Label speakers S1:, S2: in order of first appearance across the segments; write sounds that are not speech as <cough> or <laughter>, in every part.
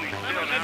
S1: This
S2: This
S1: is
S2: is
S1: not-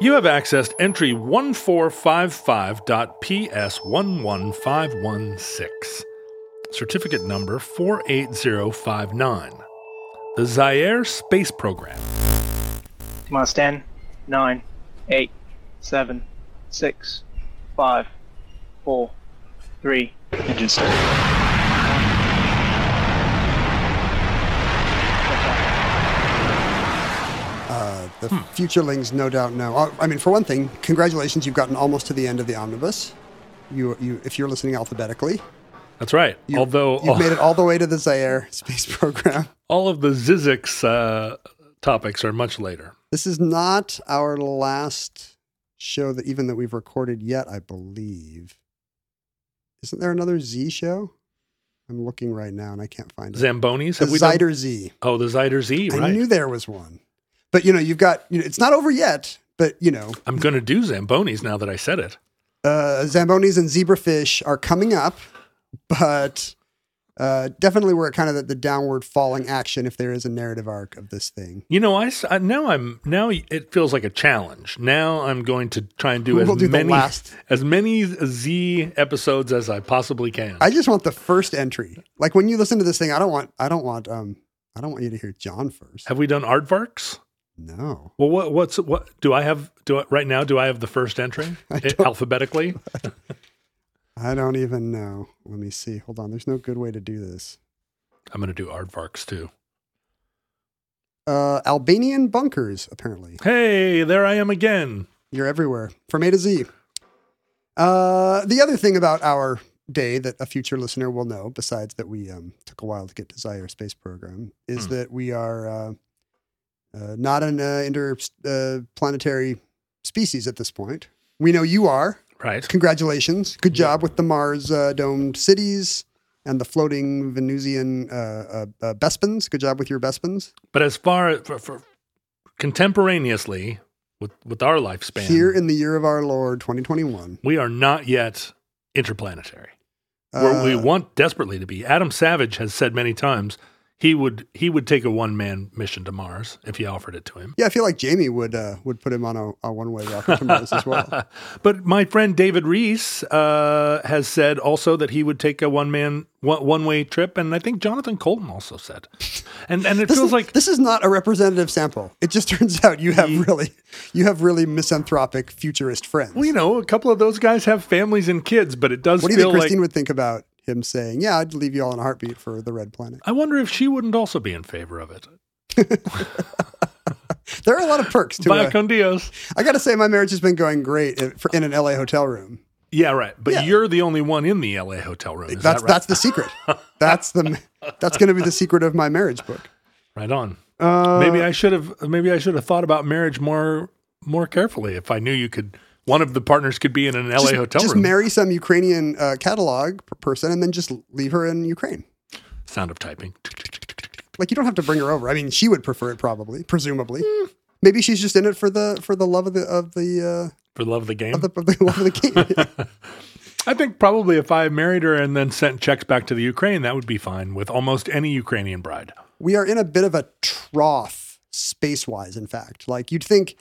S3: You have accessed entry 1455.PS11516, certificate number 48059, the Zaire Space Program.
S4: Come on, Stan. Nine, eight, seven, six, five, four, three. Engine start.
S5: The futurelings no doubt know. Uh, I mean, for one thing, congratulations, you've gotten almost to the end of the omnibus. You, you, if you're listening alphabetically,
S3: That's right.
S5: you-
S3: Although oh.
S5: you've
S3: all,
S5: made it all the way to the Zaire <laughs> space program.
S3: <laughs> all of the Zizix uh, topics are much later.
S5: This is not our last show that even that we've recorded yet, I believe. Isn't there another Z show? I'm looking right now and I can't find it.
S3: Zambonis?
S5: The
S3: Have we done-
S5: Zyder Z.
S3: Oh, the Zyder Z,
S5: I
S3: right.
S5: knew there was one. But you know, you've got you know, it's not over yet, but you know,
S3: I'm going to do Zambonis now that I said it.
S5: uh, Zambonis and zebrafish are coming up, but uh, definitely we're at kind of the, the downward falling action if there is a narrative arc of this thing.
S3: You know, I, s- I- now I'm now it feels like a challenge. Now I'm going to try and do
S5: We'll
S3: as
S5: do the
S3: many
S5: last.
S3: as many Z episodes as I possibly can.
S5: I just want the first entry. Like when you listen to this thing, I don't want I don't want um I don't want you to hear John first.
S3: have we done aardvarks?
S5: No.
S3: Well, what, what's what do I have? Do I, right now? Do I have the
S5: <laughs>
S3: first entry It- alphabetically?
S5: I don't even know. Let me see. Hold on. There's no good way to do this.
S3: I'm going to do aardvarks too.
S5: Uh Albanian bunkers, apparently.
S3: Hey, there I am again.
S5: You're everywhere. From A to Z. Uh the other thing about our day that a future listener will know, besides that we um took a while to get to Zaire space program, is that we are uh, uh not an uh, interplanetary species at this point. We know you are.
S3: Right.
S5: congratulations. Good job with the Mars uh, domed cities and the floating Venusian uh, uh, uh, Bespins. Good job with your Bespins.
S3: But as far as for, for contemporaneously with with our lifespan,
S5: Here in the year of our Lord 2021.
S3: we are not yet interplanetary. Where we
S5: Uh,
S3: want desperately to be. Adam Savage has said many times he would he would take a one man mission to Mars if he offered it to him.
S5: Yeah, I feel like Jamie would uh, would put him on a, a one way rocket to Mars as
S3: <laughs>
S5: well.
S3: But my friend David Reese uh, has said also that he would take a one man one way trip, and I think Jonathan Colton also said. And and it
S5: This
S3: feels
S5: is,
S3: like
S5: this is not a representative sample. It just <laughs> turns out you have really you have really misanthropic futurist friends.
S3: well, you know, a couple of those guys have families and kids, but it does
S5: what do you
S3: feel
S5: think
S3: like
S5: Christine would think about him saying, "Yeah, I'd leave you all in a heartbeat for the red planet"?
S3: I wonder if she wouldn't also be in favor of it.
S5: There are a lot of perks to
S3: Vaya
S5: it.
S3: con Dios.
S5: I got to say, my marriage has been going great in, for, in an LA hotel room.
S3: Yeah, right. But
S5: Yeah.
S3: you're the only one in the LA hotel room. Is
S5: that's
S3: that right?
S5: that's the
S3: <laughs>
S5: secret. that's the that's going to be the secret of my marriage book.
S3: Right on.
S5: Uh,
S3: maybe I should have. Maybe I should have thought about marriage more more carefully if I knew you could. One of the partners could be in an LA
S5: Just,
S3: hotel
S5: just
S3: room.
S5: marry some Ukrainian uh, catalog p- person and then just leave her in Ukraine.
S3: Sound of typing.
S5: Like you don't have to bring her over. I mean, she would prefer it probably, presumably.
S3: Hmm.
S5: Maybe she's just in it for the for the love of the of the
S3: For the love of the game.
S5: uh, of the, of the <laughs> love of the game.
S3: I think probably if I married her and then sent checks back to the Ukraine, that would be fine with almost any Ukrainian bride.
S5: we are in a bit of a trough space wise. In fact, like you'd think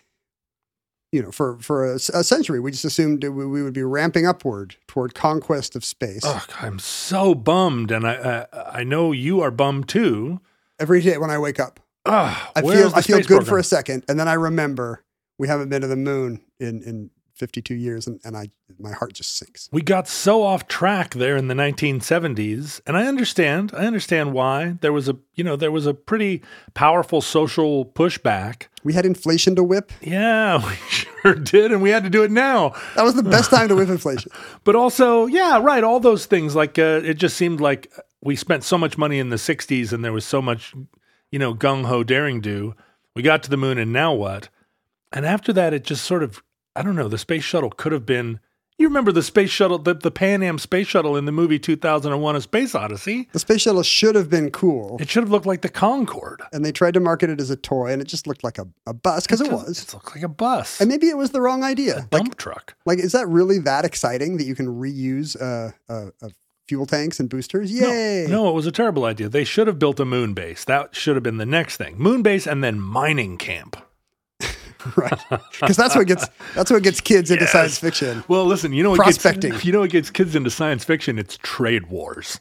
S5: you know, for for a, a century, we just assumed that we, we would be ramping upward toward conquest of space
S3: Ugh, I'm so bummed, and I, I I know you are bummed too.
S5: every day when I wake up.
S3: Ugh,
S5: I
S3: where's
S5: feel
S3: the
S5: I feel
S3: space
S5: good for
S3: program?
S5: a second, and then I remember we haven't been to the moon in in 52 years, and, and I my heart just sinks.
S3: We got so off track there in the 1970s, and I understand. I understand why there was a you know there was a pretty powerful social pushback.
S5: We had inflation to whip.
S3: Yeah, <laughs> we sure did, and we had to do it now.
S5: That was the best time
S3: <laughs>
S5: to whip inflation.
S3: But also, yeah, right. All those things like uh, it just seemed like we spent so much money in the '60s, and there was so much you know gung ho daring do. We got to the moon, and now what? And after that, it just sort of I don't know. The space shuttle could have been. You remember the space shuttle, the, the Pan Am space shuttle in the movie 2001: A Space Odyssey?
S5: The space shuttle should have been cool,
S3: It should have looked like the Concorde.
S5: and they tried to market it as a toy, and it just looked like a, a bus because it was.
S3: It looked like a bus,
S5: And maybe it was the wrong idea. Like,
S3: dump truck.
S5: like, is that really that exciting that you can reuse uh, uh, uh, fuel tanks and boosters?
S3: No,
S5: Yay!
S3: No, it was a terrible idea. They should have built a moon base. That should have been the next thing. Moon base and then mining camp.
S5: <laughs>
S3: <laughs>
S5: right? Because that's what gets that's what gets kids into science fiction.
S3: Well, listen, you know what
S5: Prospecting.
S3: Gets, <laughs> you know what gets kids into science fiction? It's trade wars.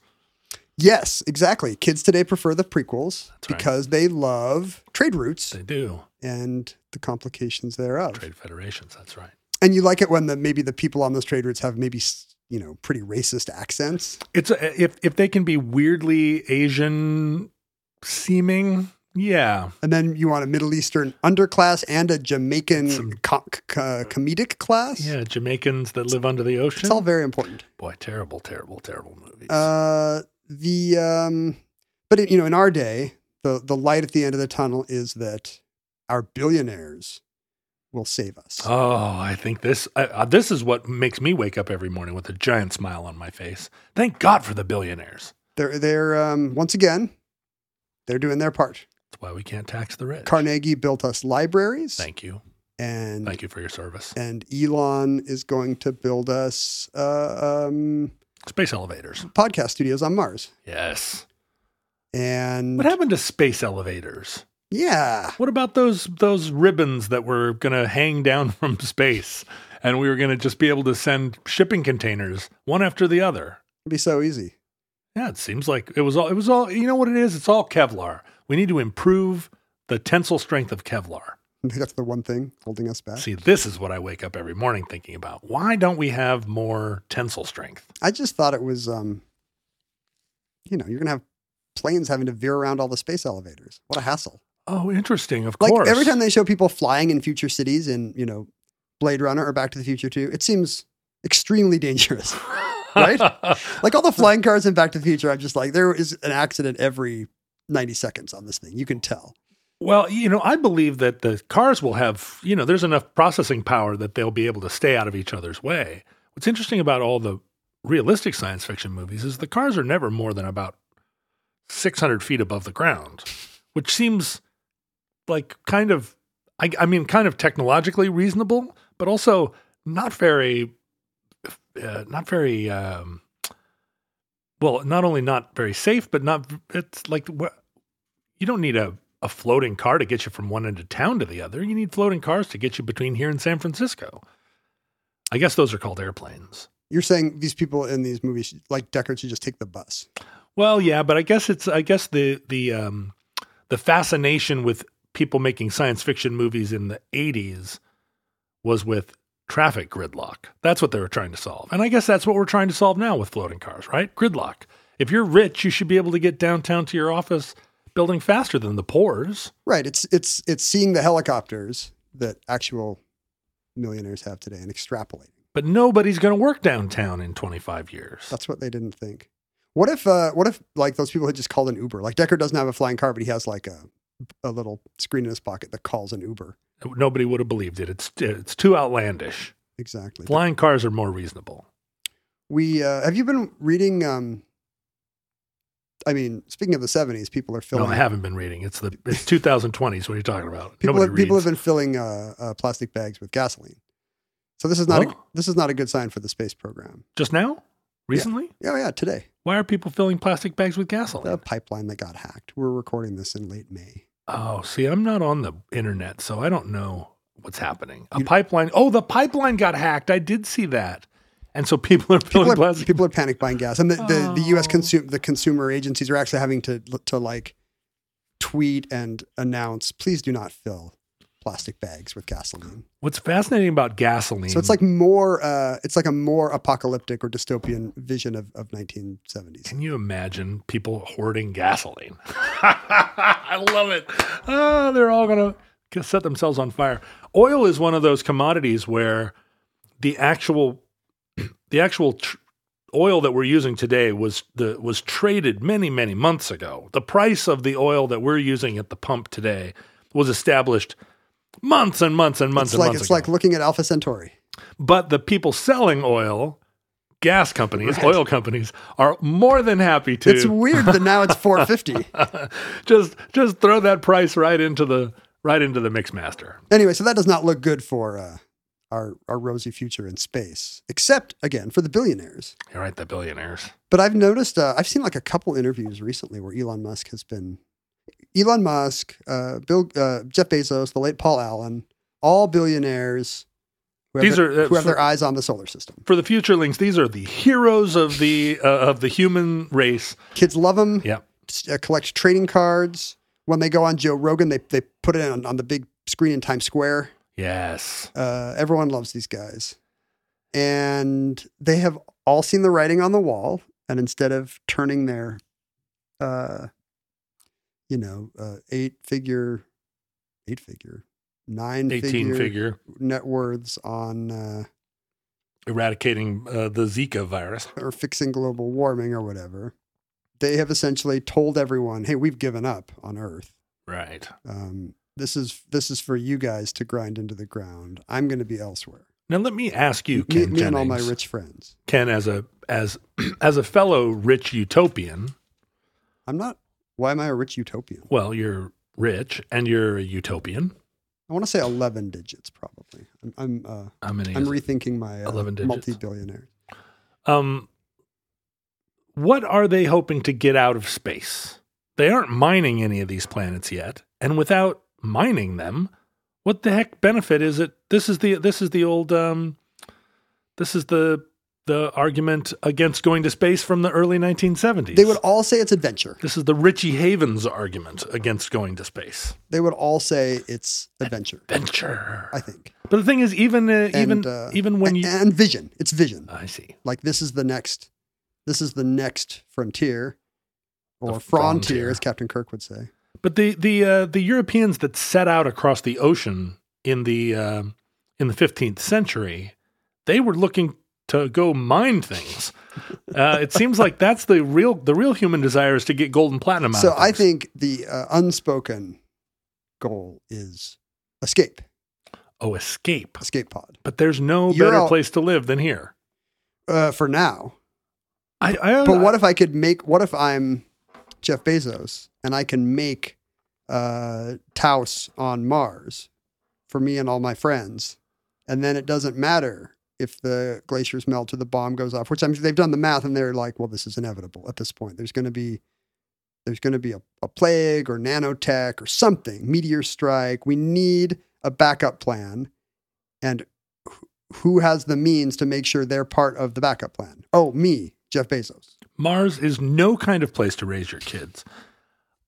S5: Yes, exactly. Kids today prefer the prequels
S3: right.
S5: because they love trade routes
S3: They do.
S5: and the complications thereof.
S3: Trade federations, that's right.
S5: And you like it when the maybe the people on those trade routes have maybe s- you know pretty racist accents.
S3: It's a, if if they can be weirdly Asian seeming, yeah.
S5: And then you want a Middle Eastern underclass and a Jamaican co- co- comedic class.
S3: Yeah, Jamaicans that live under the ocean.
S5: It's all very important.
S3: Boy, terrible, terrible, terrible movies.
S5: Uh, the um, but it, you know, in our day, the the light at the end of the tunnel is that our billionaires will save us.
S3: Oh, I think this I, uh, this is what makes me wake up every morning with a giant smile on my face. Thank God for the billionaires.
S5: They're they're um, once again, they're doing their part.
S3: That's why we can't tax the rich.
S5: Carnegie built us libraries,
S3: Thank you.
S5: and
S3: Thank you for your service.
S5: and Elon is going to build us uh, um,
S3: Space elevators.
S5: podcast studios on Mars.
S3: Yes.
S5: And
S3: What happened to space elevators?
S5: yeah,
S3: What about those those ribbons that were going to hang down <laughs> from space and we were going to just be able to send shipping containers one after the other?
S5: it'd be so easy. <laughs>
S3: Yeah, it seems like it was all it was all you know what it is? It's all Kevlar. We need to improve the tensile strength of Kevlar.
S5: I think That's the one thing holding us back.
S3: See, this is what I wake up every morning thinking about. Why don't we have more tensile strength?
S5: I just thought it was, um, you know, you're gonna have planes having to veer around all the space elevators. What a hassle!
S3: Oh, interesting. Of
S5: Like
S3: course.
S5: every time they show people flying in future cities in, you know, Blade Runner or Back to the Future Two, it seems extremely
S3: <laughs>
S5: dangerous. right? like all the flying cars in Back to the Future, I'm just like, there is an accident every 90 seconds on this thing. You can tell.
S3: Well, you know, I believe that the cars will have, you know, there's enough processing power that they'll be able to stay out of each other's way. What's interesting about all the realistic science fiction movies is the cars are never more than about 600 feet above the ground, which seems like kind of, I, I mean, kind of technologically reasonable, but also not very, uh, not very, um, well, not only not very safe, but not, it's like, wh- you don't need a, a floating car to get you from one end of town to the other. You need floating cars to get you between here and San Francisco. I guess those are called airplanes.
S5: You're saying these people in these movies, should- like Deckard, should just take the bus.
S3: Well, yeah, but I guess it's I guess the the um, the fascination with people making science fiction movies in the '80s was with traffic gridlock. That's what they were trying to solve, and I guess that's what we're trying to solve now with floating cars, right? Gridlock. If you're rich, you should be able to get downtown to your office building faster than the poor's.
S5: Right. It's it's it's seeing the helicopters that actual millionaires have today and extrapolating.
S3: but nobody's going to work downtown in 25 years.
S5: That's what they didn't think. What if uh, what if like those people had just called an Uber? Like Deckard doesn't have a flying car, but he has like a a little screen in his pocket that calls an Uber.
S3: Nobody would have believed it. It's it's too outlandish.
S5: Exactly.
S3: Flying cars are more reasonable.
S5: We uh, have you been reading? Um, I mean, speaking of the seventies, people are
S3: No,
S5: filling.
S3: I haven't been reading. It's the
S5: <laughs>
S3: it's 2020s. What are you talking about?
S5: people
S3: Nobody
S5: have, people have
S3: reads.
S5: been filling uh, uh, plastic bags with gasoline. So this is not a,
S3: Well.
S5: this is not a good sign for the space program.
S3: just now, recently.
S5: Oh yeah, today
S3: Why are people filling plastic bags with gasoline?
S5: the pipeline that got hacked. We're recording this in late May.
S3: oh, see, I'm not on the internet, so I don't know what's happening. A pipeline. Oh, the pipeline got hacked. I did see that. And so people are Oh. filling
S5: people are,
S3: plastic.
S5: people are panic buying gas, and the, the, the U.S. consume the consumer agencies are actually having to to like tweet and announce, please do not fill plastic bags with gasoline.
S3: What's fascinating about gasoline?
S5: So it's like more, uh, it's like a more apocalyptic or dystopian vision of, of 1970s.
S3: Can you imagine people hoarding gasoline? <laughs> I love it. Ah, they're all going to set themselves on fire. Oil is one of those commodities where the actual <clears throat> the actual tr- oil that we're using today was the was traded many many months ago. The price of the oil that we're using at the pump today was established months and months and months
S5: It's
S3: and
S5: like
S3: months
S5: it's
S3: ago.
S5: like looking at Alpha Centauri.
S3: But the people selling oil, gas companies, oil companies, are more than happy to
S5: It's weird that now
S3: <laughs>
S5: it's 450.
S3: just just throw that price right into the right into the mix master.
S5: anyway, so that does not look good for uh, our our rosy future in space, except again for the billionaires.
S3: You're right, the billionaires.
S5: But I've noticed, uh, I've seen like a couple interviews recently where Elon Musk has been, Elon Musk, uh, Bill, uh, Jeff Bezos, the late Paul Allen, all billionaires who have,
S3: These
S5: their,
S3: are, uh,
S5: who have
S3: for-
S5: their eyes on the solar system.
S3: For the future links, these are the heroes of the uh, of the human race.
S5: Kids love them.
S3: Yeah.
S5: Uh, collect trading cards. When they go on Joe Rogan, they, they put it on, on the big screen in Times Square.
S3: Yes.
S5: Uh, everyone loves these guys. And they have all seen the writing on the wall. And instead of turning their, uh, you know, uh, eight figure, eight figure, nine
S3: 18
S5: figure,
S3: figure
S5: net worths on uh,
S3: eradicating uh, the Zika virus.
S5: or fixing global warming or whatever, they have essentially told everyone, hey, we've given up on Earth.
S3: Right.
S5: Um, this is this is for you guys to grind into the ground. I'm going to be elsewhere.
S3: Now let me ask you,
S5: Me,
S3: Ken
S5: me and all my
S3: Jennings.
S5: rich friends.
S3: Ken, as a as <clears throat> as a fellow rich utopian,
S5: I'm not. Why am I a rich utopian?
S3: well, you're rich and you're a utopian.
S5: I want to say 11 digits, probably. I'm I'm, uh,
S3: How many?
S5: I'm
S3: is it?
S5: rethinking my uh,
S3: 11 digits?
S5: multi-billionaire.
S3: um, what are they hoping to get out of space? They aren't mining any of these planets yet, and without mining them, what the heck benefit is it? This is the this is the old um, this is the the argument against going to space from the early 1970s.
S5: They would all say it's adventure.
S3: this is the Richie Havens argument against going to space.
S5: They would all say it's adventure.
S3: Venture.
S5: I think.
S3: But the thing is, even uh, even
S5: uh,
S3: even when you,
S5: and vision, it's vision.
S3: I see
S5: Like this is the next, this is the next frontier, or
S3: The
S5: frontier,
S3: frontier.
S5: as Captain Kirk would say.
S3: But the the uh, the Europeans that set out across the ocean in the uh, in the 15th century, they were looking to go mine things. Uh, it seems like that's the real the real human desire is to get gold and platinum. out
S5: So
S3: of
S5: I
S3: things.
S5: think the uh, unspoken goal is escape,
S3: oh escape,
S5: escape pod.
S3: but there's no
S5: You're
S3: better
S5: out-
S3: place to live than here.
S5: Uh, for now,
S3: I, I uh,
S5: but what if I could make? What if I'm Jeff Bezos and I can make uh, Taos on Mars for me and all my friends, and then it doesn't matter if the glaciers melt or the bomb goes off. Which I'm they've done the math and they're like, well, this is inevitable at this point. There's going to be there's going to be a, a plague or nanotech or something, meteor strike. We need a backup plan, and wh- who has the means to make sure they're part of the backup plan? Oh, me, Jeff Bezos.
S3: Mars is no kind of place to raise your kids.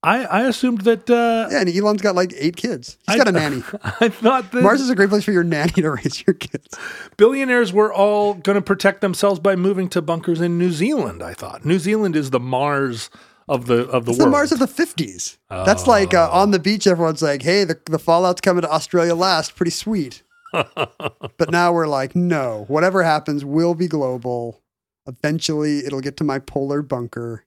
S3: I I assumed that uh,
S5: Yeah, and Elon's got like eight kids. He's
S3: I-
S5: got a nanny.
S3: <laughs> I thought that
S5: Mars is a great place for your nanny to raise your kids.
S3: billionaires were all going to protect themselves by moving to bunkers in New Zealand. I thought New Zealand is the Mars of the of the
S5: It's the
S3: world.
S5: Mars of the 50s. That's like uh, on the beach, everyone's like, hey, the, the fallout's coming to Australia last. Pretty
S3: <laughs>
S5: sweet. but now we're like, no, whatever happens will be global. Eventually, it'll get to my polar bunker.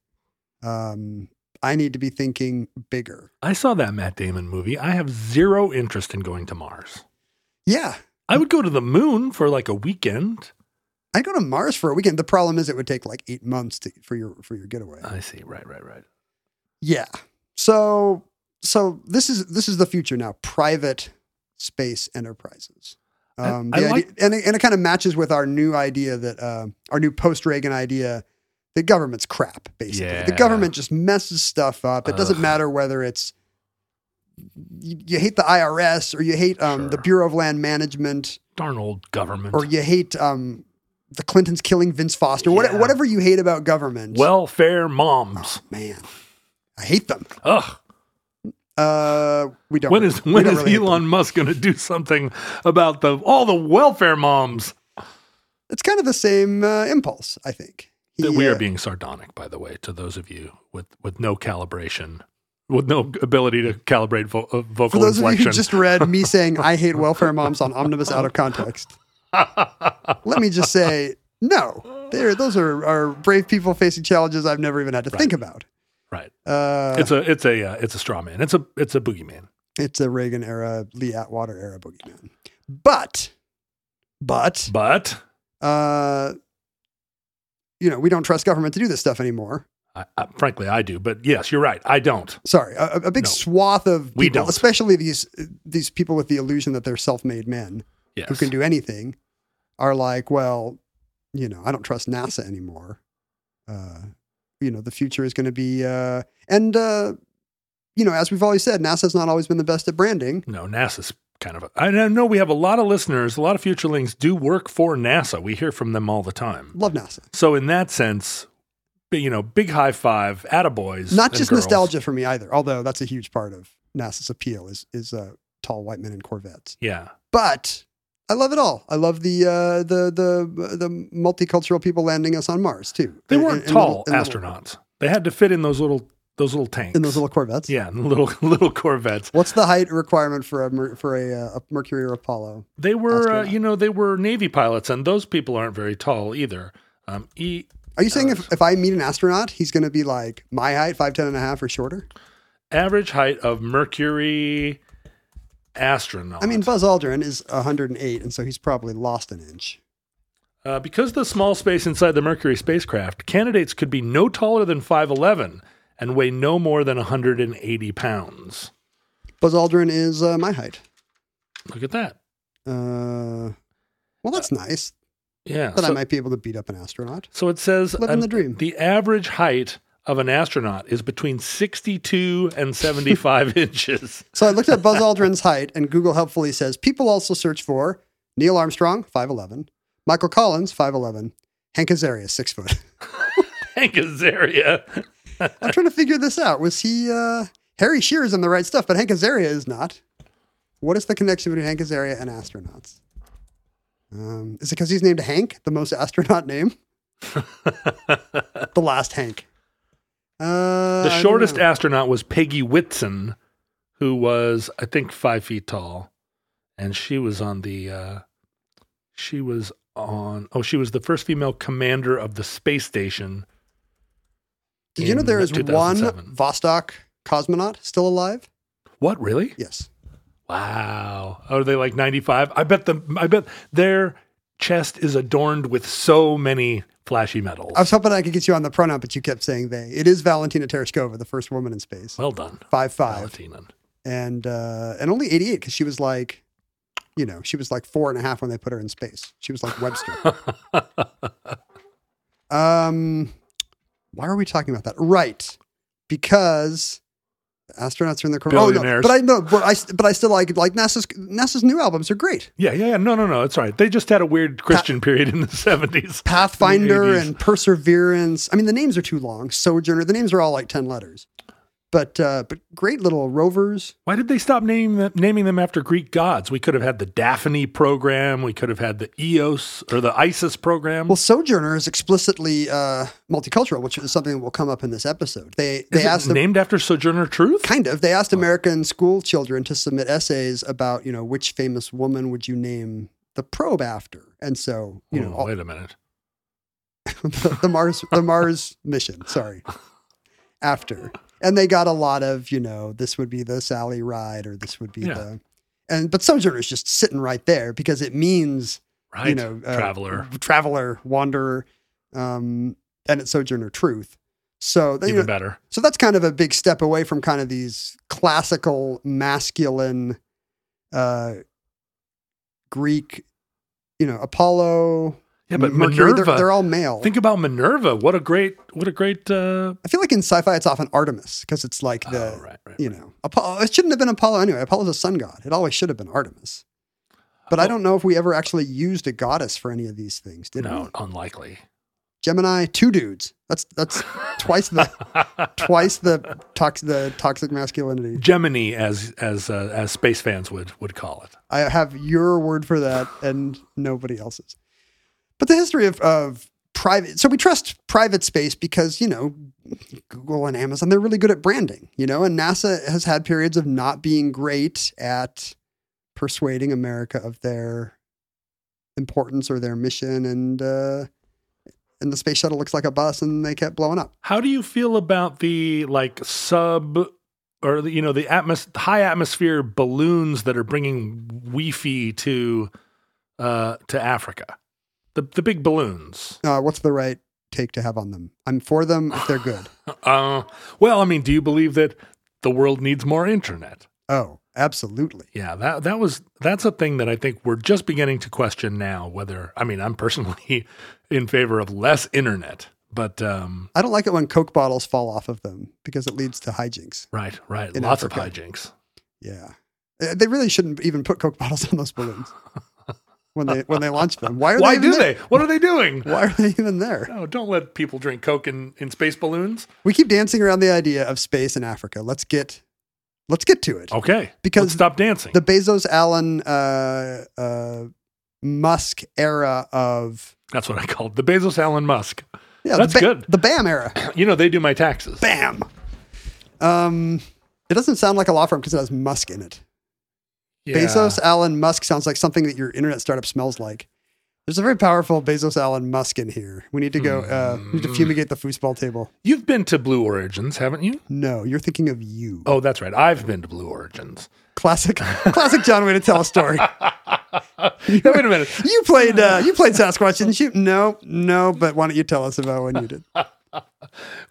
S5: Um, I need to be thinking bigger.
S3: I saw that Matt Damon movie. I have zero interest in going to Mars.
S5: Yeah.
S3: I would go to the moon for like a weekend.
S5: I go to Mars for a weekend. The problem is it would take like eight months to, for your for your getaway.
S3: I see. Right, right, right.
S5: Yeah. So so this is this is the future now. Private space enterprises.
S3: I-
S5: Um,
S3: I
S5: the
S3: like-
S5: idea, and it, and it kind of matches with our new idea that uh, our new post Reagan idea. The government's crap, basically. The
S3: Yeah.
S5: government just messes stuff up. It doesn't
S3: Ugh.
S5: matter whether it's you, you hate the IRS or you hate um, the
S3: Sure.
S5: Bureau of Land Management
S3: Darn old government.
S5: or you hate um, the Clintons killing Vince Foster, what,
S3: Yeah.
S5: whatever you hate about government.
S3: Welfare moms.
S5: man, I hate them.
S3: Ugh.
S5: Uh, we Oh. don't.
S3: When is
S5: we
S3: when
S5: don't
S3: is
S5: really hate them.
S3: Elon Musk going to do something about the all the welfare moms?
S5: It's kind of the same uh, impulse, I think.
S3: That we
S5: He,
S3: are
S5: uh,
S3: being sardonic, by the way, to those of you with with no calibration, with no ability to calibrate vo-
S5: For
S3: uh, vocal
S5: those of you
S3: inflection.
S5: who just read me saying I hate welfare moms on Omnibus out of context, let me just say no. They're, those are, are brave people facing challenges I've never even had to think about.
S3: <laughs> right.
S5: Uh,
S3: It's a it's a uh, it's a straw man. It's a it's a boogeyman.
S5: It's a Reagan era, Lee Atwater era boogeyman. But, but,
S3: But
S5: uh, you know, we don't trust government to do this stuff anymore.
S3: I, I, frankly, I do. But yes, you're right. I don't.
S5: Sorry, a, a- a big
S3: No.
S5: swath of people,
S3: We don't.
S5: especially these these people with the illusion that they're self-made men
S3: Yes.
S5: who can do anything, are like, well, you know, I don't trust NASA anymore. Uh, you know, the future is going to be, uh, and uh, you know, as we've always said, NASA's not always been the best at branding.
S3: No, NASA's kind of. A, I know we have a lot of listeners. A lot of futurelings do work for NASA. We hear from them all the time.
S5: Love NASA.
S3: So in that sense, b- you know, big high five, attaboys.
S5: not
S3: and
S5: just
S3: girls.
S5: nostalgia for me either although that's a huge part of nasa's appeal is is uh, tall white men in corvettes
S3: Yeah,
S5: but i love it all i love the uh, the the the multicultural people landing us on mars too
S3: they
S5: In-
S3: weren't
S5: in- in
S3: tall
S5: little- in little-
S3: astronauts. they had to fit in those little those little tanks.
S5: in those little corvettes
S3: <laughs> yeah, in the little <laughs> little Corvettes.
S5: what's the height requirement for a mer- for a, uh, a mercury or apollo
S3: They were, uh,
S5: Astronaut.
S3: you know, they were Navy pilots, and those people aren't very tall either. Um, e-
S5: are you saying if, if i meet an astronaut he's going to be like my height 5'10 and a half or shorter
S3: average height of Mercury astronaut.
S5: i mean buzz aldrin is 108 and so he's probably lost an inch
S3: Uh, because of the small space inside the Mercury spacecraft, candidates could be no taller than 5'11 and weigh no more than 180 pounds.
S5: buzz aldrin is uh, my height
S3: Look at that.
S5: uh, well that's nice
S3: Yeah.
S5: that I
S3: Uh, so,
S5: might be able to beat up an astronaut.
S3: so it says
S5: Living
S3: an-
S5: the dream.
S3: the average height of an astronaut is between 62 and 75 <laughs> inches.
S5: So I looked at Buzz Aldrin's height, and Google helpfully says people also search for Neil Armstrong, 5'11, Michael Collins, 5'11, Hank Azaria, 6 foot. <laughs>
S3: Hank Azaria.
S5: Uh, I'm trying to figure this out. Was he, uh, Harry Shearer's on the right stuff, but Hank Azaria is not. What is the connection between Hank Azaria and astronauts? Um, is it because he's named Hank, the most astronaut
S3: <laughs>
S5: name? the last Hank. Uh, I
S3: The
S5: don't
S3: shortest
S5: know.
S3: astronaut was Peggy Whitson, who was, I think, five feet tall, and she was on the. Uh, she was on. Oh, she was the first female commander of the space station.
S5: Did you know
S3: in
S5: there is one
S3: 2007.
S5: Vostok cosmonaut still alive?
S3: What really?
S5: Yes.
S3: Wow. Oh, Are they like ninety-five? I bet the. I bet their chest is adorned with so many flashy medals.
S5: I was hoping I could get you on the pronoun, but you kept saying they. It is Valentina Tereshkova, the first woman in space.
S3: well done,
S5: Five five.
S3: Valentinan.
S5: And uh, and only eighty eight because she was like you know, she was like four and a half when they put her in space. She was like Webster. um why are we talking about that? Right. Because the astronauts are in the corner. Oh, no,
S3: Billionaires.
S5: but I know, but I, but I still like like NASA's NASA's new albums are great.
S3: Yeah, yeah, yeah. No, no, no. It's all right. They just had a weird Christian period in the seventies.
S5: Pathfinder
S3: The 80s.
S5: and Perseverance. I mean, the names are too long. Sojourner. The names are all like ten letters, but uh, but great little rovers.
S3: Why did they stop naming them, naming them after Greek gods? We could have had the Daphne program. We could have had the Eos or the Isis program.
S5: Well, Sojourner is explicitly uh, multicultural, which is something that will come up in this episode. They
S3: Is
S5: they
S3: it
S5: asked them,
S3: named after Sojourner Truth.
S5: kind of they asked American school children to submit essays about you know which famous woman would you name the probe after, and so you know
S3: Oh,
S5: all,
S3: wait a minute.
S5: <laughs> the, the Mars the Mars mission. Sorry, after and they got a lot of you know this would be the Sally ride or this would be
S3: Yeah.
S5: the and but Sojourner is just sitting right there because it means
S3: Right,
S5: you know uh,
S3: traveler.
S5: traveler wanderer um, and it's Sojourner Truth. So they,
S3: Even
S5: you know,
S3: better.
S5: so that's kind of a big step away from kind of these classical masculine uh, Greek, you know Apollo.
S3: Yeah, but
S5: Mercury,
S3: Minerva.
S5: they're, they're all male.
S3: Think about Minerva. What a great, what a great. Uh,
S5: I feel like in sci-fi it's often Artemis because it's like the
S3: oh, right, right.
S5: you know Apollo. oh, It shouldn't have been Apollo anyway. Apollo's a sun god. It always should have been Artemis. But
S3: Oh.
S5: I don't know if we ever actually used a goddess for any of these things, did we?
S3: No, unlikely.
S5: Gemini, two dudes. That's that's twice
S3: <laughs>
S5: the twice the tox, the toxic masculinity.
S3: Gemini, as as uh, as space fans would would call it.
S5: I have your word for that and nobody else's. But the history of, of private, so we trust private space because, you know, Google and Amazon, they're really good at branding, you know, and NASA has had periods of not being great at persuading America of their importance or their mission. And, uh, and the space shuttle looks like a bus and they kept blowing up.
S3: How do you feel about the like sub or the, you know the atmos- high atmosphere balloons that are bringing Wi-Fi to uh, to Africa? The the big balloons.
S5: Uh, what's the right take to have on them? I'm for them if they're good.
S3: Uh, well, I mean, do you believe that the world needs more internet?
S5: Oh, absolutely.
S3: Yeah, that that was that's a thing that I think we're just beginning to question now. Whether I mean, I'm personally <laughs> in favor of less internet, but um,
S5: I don't like it when Coke bottles fall off of them because it leads to hijinks.
S3: right, right,
S5: In
S3: lots
S5: Africa.
S3: of hijinks.
S5: Yeah, Uh, they really shouldn't even put Coke <laughs> bottles on those balloons when they when they launch them. Why are
S3: Why
S5: they
S3: do
S5: even there?
S3: they? What are
S5: <laughs>
S3: they doing?
S5: Why are they even there?
S3: No, don't let people drink Coke in, in space balloons.
S5: We keep dancing around the idea of space in Africa. Let's get let's get to it
S3: Okay.
S5: because
S3: Let's stop dancing.
S5: the Bezos Allen uh, uh, Musk era of
S3: That's what I called the Bezos Allen Musk. <clears throat>
S5: yeah,
S3: That's
S5: the Ba-
S3: good.
S5: The Bam
S3: <coughs>
S5: era.
S3: You know, they do my taxes.
S5: Bam. Um, it doesn't sound like a law firm because it has Musk in it.
S3: Yeah.
S5: Bezos Allen Musk sounds like something that your internet startup smells like. There's a very powerful Bezos Allen Musk in here. We need to go. Uh, we need
S3: Hmm.
S5: to fumigate the foosball table.
S3: You've been to Blue Origins, haven't you?
S5: No, you're thinking of you.
S3: Oh, that's right. I've been to Blue Origins. <laughs>
S5: Classic, classic John way to tell a story.
S3: Now, Wait a minute.
S5: You played, uh, you played Sasquatch, didn't you? No, no. But why don't you tell us about when you did?
S3: Well,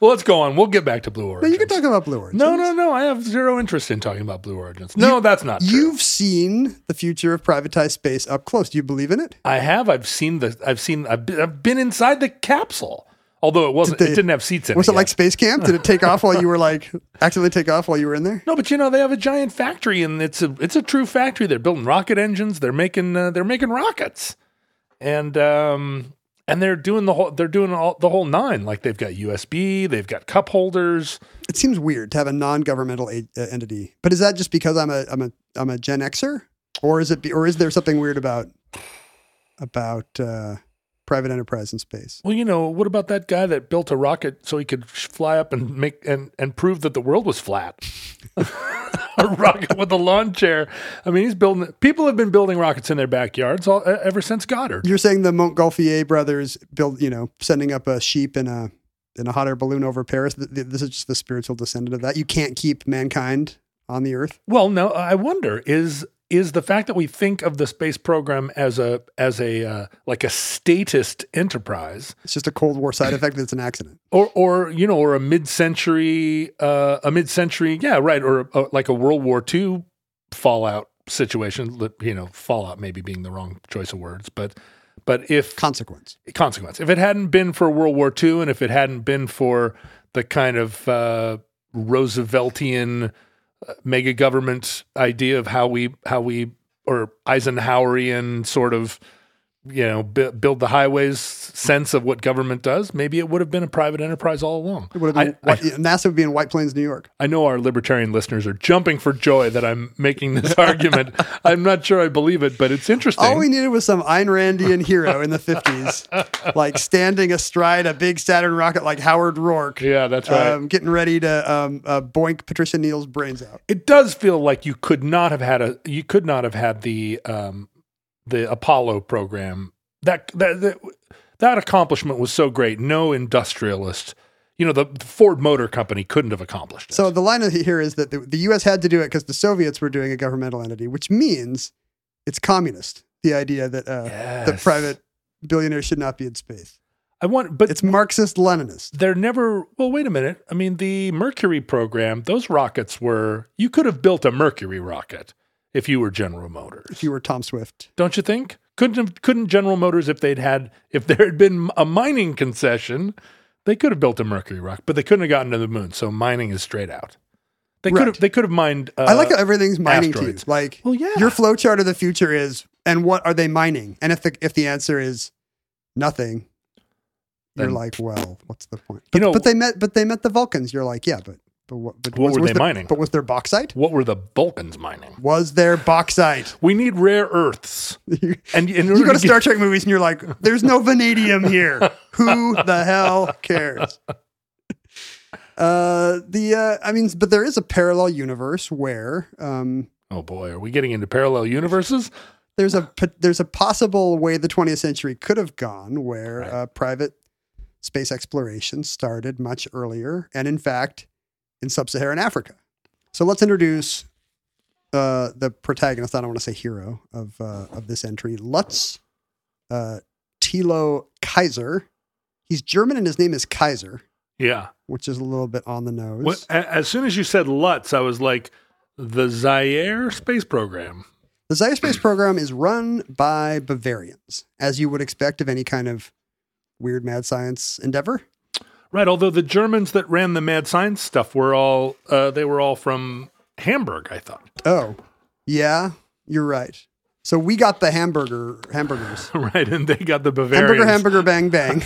S3: let's go on. We'll get back to Blue
S5: But
S3: Origins.
S5: you can talk about Blue Origin.
S3: no, no, no. I have zero interest in talking about Blue Origins. No, that's not true.
S5: You've seen the future of privatized space up close. Do you believe in it?
S3: I have. I've seen the. I've seen. I've been, I've been inside the capsule. Although it wasn't.
S5: Did
S3: it
S5: they-
S3: didn't have seats in
S5: Was
S3: it.
S5: it like
S3: yet.
S5: Space Camp? Did it take off while you were like actively take off while you were in there?
S3: No, but you know they have a giant factory, and it's a it's a true factory. They're building rocket engines. They're making uh, they're making rockets, and um and they're doing the whole they're doing all the whole nine. Like they've got USB, they've got cup holders.
S5: it seems weird to have a non-governmental a- uh, entity. But is that just because I'm a I'm a I'm a Gen Xer, or is it be, or is there something weird about about uh, private enterprise in space?
S3: Well, you know what about that guy that built a rocket so he could sh- fly up and make and and prove that the world was flat? <laughs> a rocket with a lawn chair. I mean, he's building. People have been building rockets in their backyards all, e- ever since Goddard.
S5: You're saying the Montgolfier brothers build, you know, sending up a sheep in a in a hot air balloon over Paris. th- th- This is just the spiritual descendant of that. You can't keep mankind on the Earth.
S3: Well, no, I wonder is is the fact that we think of the space program as a as a uh, like a statist enterprise,
S5: It's just a Cold War side effect. That's an accident.
S3: or or you know, or a mid century uh, a mid century, yeah, right, or uh, like a World War II fallout situation. li- You know, fallout maybe being the wrong choice of words, but but if
S5: Consequence.
S3: consequence. If it hadn't been for World War II and if it hadn't been for the kind of uh, Rooseveltian uh, mega government idea of how we how we or Eisenhowerian sort of you know b- build the highways sense of what government does, maybe it would have been a private enterprise all along.
S5: It would have been,
S3: I,
S5: Whi- NASA would be in White Plains, New York.
S3: I know our libertarian listeners are jumping for joy that I'm making this <laughs> argument. I'm not sure I believe it, but it's interesting.
S5: All we needed was some Ayn Randian hero
S3: <laughs>
S5: in the 50s, like standing astride a big Saturn rocket like Howard Rourke,
S3: yeah, that's right.
S5: um, getting ready to um, uh, boink Patricia Neal's brains out.
S3: it does feel like you could not have had a you could not have had the um the Apollo program that that that, that accomplishment was so great no industrialist you know the, the Ford Motor Company couldn't have accomplished it.
S5: So the line here is that the, the U.S. had to do it because the Soviets were doing a governmental entity, which means it's communist, the idea that, uh, that
S3: Yes.
S5: private billionaires should not be in space.
S3: I want but
S5: It's Marxist Leninist.
S3: they're never well wait a minute I mean the Mercury program those rockets were you could have built a Mercury rocket if you were General Motors
S5: If you were Tom Swift,
S3: don't you think Couldn't have, couldn't General Motors if they'd had if there had been a mining concession, they could have built a Mercury rock, but they couldn't have gotten to the moon. So mining is straight out. They could
S5: Right.
S3: have they could have mined. Uh,
S5: I like how everything's mining
S3: asteroids.
S5: to you. Like
S3: Well, yeah.
S5: your flowchart of the future is, and what are they mining? And if the if the answer is nothing, you're
S3: Then-
S5: like, well, what's the point? But,
S3: know-
S5: but they met, but they met the Vulcans. You're like, yeah, but but what? But
S3: What were
S5: was
S3: they
S5: there-
S3: mining?
S5: But was there bauxite?
S3: what were the Vulcans mining?
S5: Was there bauxite? <laughs>
S3: We need rare earths,
S5: you
S3: and in order
S5: you go to
S3: get-
S5: Star Trek movies and you're like, there's no vanadium
S3: <laughs>
S5: here. Who the hell cares? Uh, the uh, I mean, but there is a parallel universe where um,
S3: Oh boy, are we getting into parallel universes?
S5: there's a po- there's a possible way the 20th century could have gone where
S3: Right.
S5: uh, private space exploration started much earlier and in fact in sub-saharan africa so let's introduce uh, the protagonist i don't want to say hero of uh, of this entry lutz uh, tilo kaiser he's german and his name is kaiser
S3: Yeah.
S5: which is a little bit on the nose
S3: Well, a- as soon as you said Lutz, I was like, the Zaire space program.
S5: The Zaire Space Program is run by Bavarians, as you would expect of any kind of weird mad science endeavor.
S3: Right. Although the Germans that ran the mad science stuff were all, uh, they were all from Hamburg, I thought.
S5: Oh, yeah, you're right. So we got the hamburger hamburgers.
S3: <laughs> right. And they got the Bavarians.
S5: Hamburger, hamburger, bang,
S3: <laughs>
S5: bang,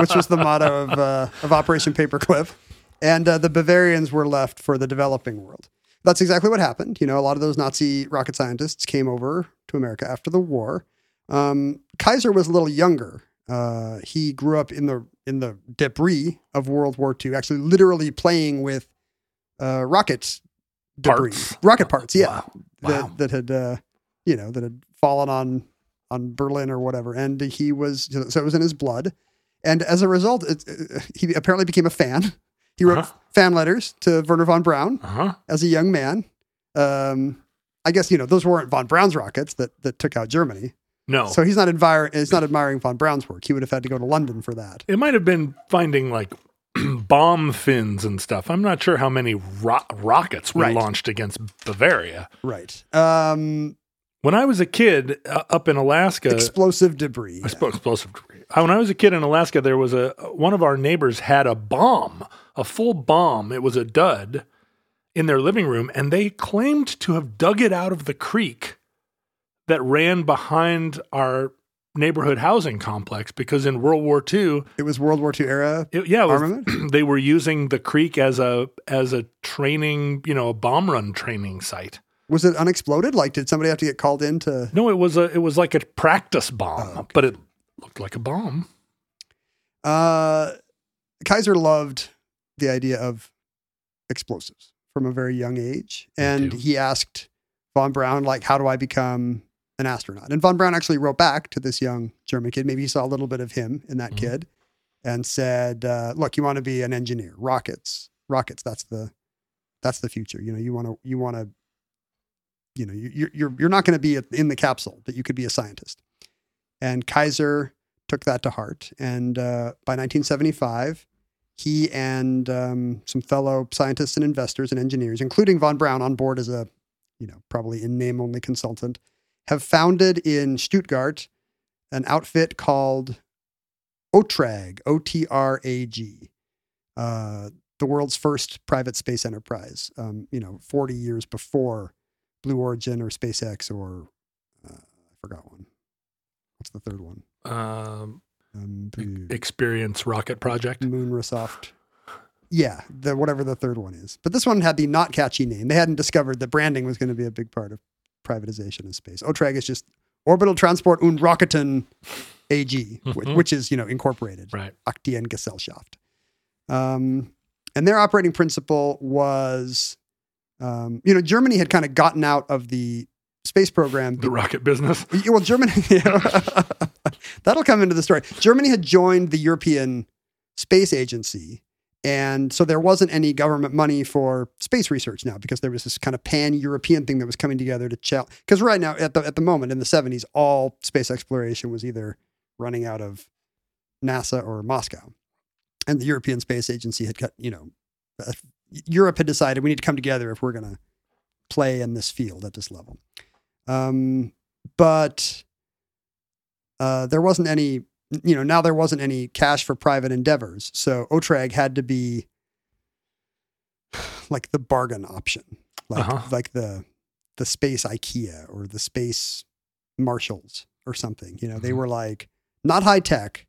S5: which was the motto of, uh, of Operation Paperclip. And uh, the Bavarians were left for the developing world. That's exactly what happened. You know, a lot of those Nazi rocket scientists came over to America after the war. Um, Kaiser was a little younger. Uh, he grew up in the in the debris of World War II, actually literally playing with uh, rocket debris,
S3: Parts.
S5: rocket parts. Yeah,
S3: Wow. Wow.
S5: that that had uh, you know that had fallen on on Berlin or whatever, and he was so it was in his blood, and as a result, it, uh, he apparently became a fan. He wrote
S3: Uh-huh.
S5: fan letters to Werner von Braun
S3: Uh-huh.
S5: as a young man. Um, I guess you know those weren't von Braun's rockets that that took out Germany,
S3: No.
S5: so he's not admire he's not admiring von Braun's work. He would have had to go to London for that.
S3: it might have been finding like <clears throat> bomb fins and stuff. I'm not sure how many ro- rockets were
S5: Right.
S3: launched against Bavaria.
S5: Right. Um,
S3: When I was a kid uh, up in Alaska,
S5: explosive debris.
S3: I suppose explosive debris. Uh, When I was a kid in Alaska, there was a one of our neighbors had a bomb, a full bomb. It was a dud in their living room, and they claimed to have dug it out of the creek that ran behind our neighborhood housing complex because in World War II,
S5: It was World War II era.
S3: it- yeah, it was-
S5: Armament?
S3: <clears throat> they were using the creek as a as a training, you know, a bomb run training site.
S5: Was it unexploded? Like, did somebody have to get called in to?
S3: No, it was a it was like a practice bomb,
S5: Oh, okay.
S3: but it looked like a bomb.
S5: Uh, Kaiser loved the idea of explosives from a very young age,
S3: Me
S5: and
S3: too.
S5: he asked von Braun, like, "How do I become an astronaut?" And von Braun actually wrote back to this young German kid. Maybe he saw a little bit of him in that
S3: Mhm.
S5: kid, and said, uh, "Look, you want to be an engineer? Rockets, rockets. That's the that's the future. You know, you want to you want to." You know, you- you're you're you're not going to be in the capsule, but you could be a scientist. And Kaiser took that to heart. And uh, by 1975, he and um, some fellow scientists and investors and engineers, including von Braun on board as a, you know, probably in name only consultant, have founded in Stuttgart an outfit called OTRAG, O T R A G, uh, the world's first private space enterprise, um, you know, 40 years before Blue Origin or SpaceX or uh, I forgot one. What's the third one?
S3: Um,
S5: Um, the
S3: experience rocket
S5: Mm.
S3: project.
S5: Moonrasoft. Yeah, the whatever the third one is. But this one had the not catchy name. They hadn't discovered that branding was going to be a big part of privatization in space. OTRAG is just Orbital Transport und Rocketen AG, whi-
S3: Mhm.
S5: which is, you know, incorporated.
S3: Right.
S5: Aktiengesellschaft. Um, and their operating principle was, um, you know, Germany had kind of gotten out of the space program
S3: The rocket business.
S5: Y- <laughs> Well, Germany. that'll come into the story. Germany had joined the European Space Agency, and so there wasn't any government money for space research now because there was this kind of pan-European thing that was coming together to challenge. Because right now, at the at the moment in the seventies, all space exploration was either running out of NASA or Moscow, and the European Space Agency had cut. You know, uh, Europe had decided we need to come together if we're going to play in this field at this level. Um, but uh, there wasn't any, you know, now there wasn't any cash for private endeavors. So OTRAG had to be <sighs> like the bargain option, like,
S3: Uh-huh.
S5: like the, the space IKEA or the space Marshalls or something. You know, they
S3: Mhm.
S5: were like not high tech,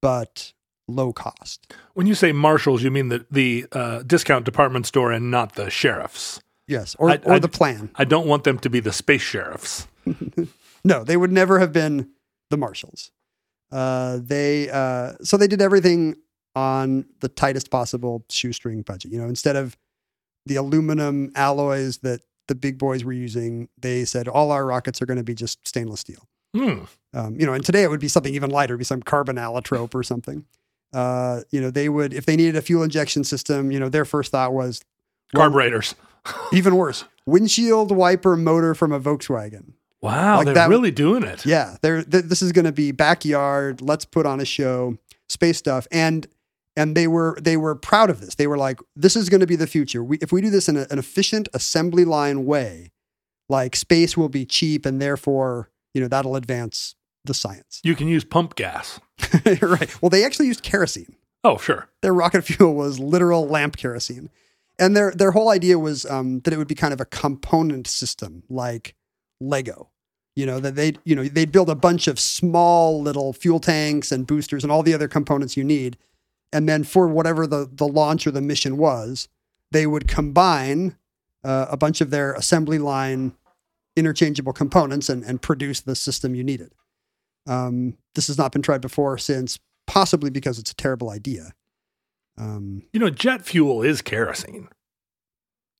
S5: but low cost.
S3: When you say Marshalls, you mean the the uh, discount department store and not the sheriffs.
S5: Yes. Or,
S3: I-
S5: or
S3: I-
S5: the plan.
S3: I don't want them to be the space sheriffs.
S5: No, they would never have been the Marshals. Uh, they uh, so they did everything on the tightest possible shoestring budget. You know, instead of the aluminum alloys that the big boys were using, they said all our rockets are going to be just stainless steel.
S3: Hmm.
S5: Um, you know, and today it would be something even lighter, it'd be some carbon allotrope or something. Uh, you know, they would if they needed a fuel injection system. You know, their first thought was
S3: Carburetors.
S5: even worse: windshield wiper motor from a Volkswagen.
S3: Wow,
S5: Like
S3: they're
S5: that-
S3: really doing it.
S5: Yeah, there. Th- this is going to be backyard. Let's put on a show, space stuff, and and they were they were proud of this. They were like, this is going to be the future. We, if we do this in a, an efficient assembly line way, like space will be cheap, and therefore you know that'll advance the science. <laughs>
S3: You can use pump gas.
S5: right. Well, they actually used kerosene.
S3: Oh, sure.
S5: Their rocket <laughs> fuel was literal lamp kerosene, and their their whole idea was um, that it would be kind of a component system, like Lego. You know that they you know they'd build a bunch of small little fuel tanks and boosters and all the other components you need, and then for whatever the the launch or the mission was, they would combine uh, a bunch of their assembly line interchangeable components and and produce the system you needed. Um, this has not been tried before since possibly because it's a terrible idea. Um,
S3: You know, jet fuel is kerosene.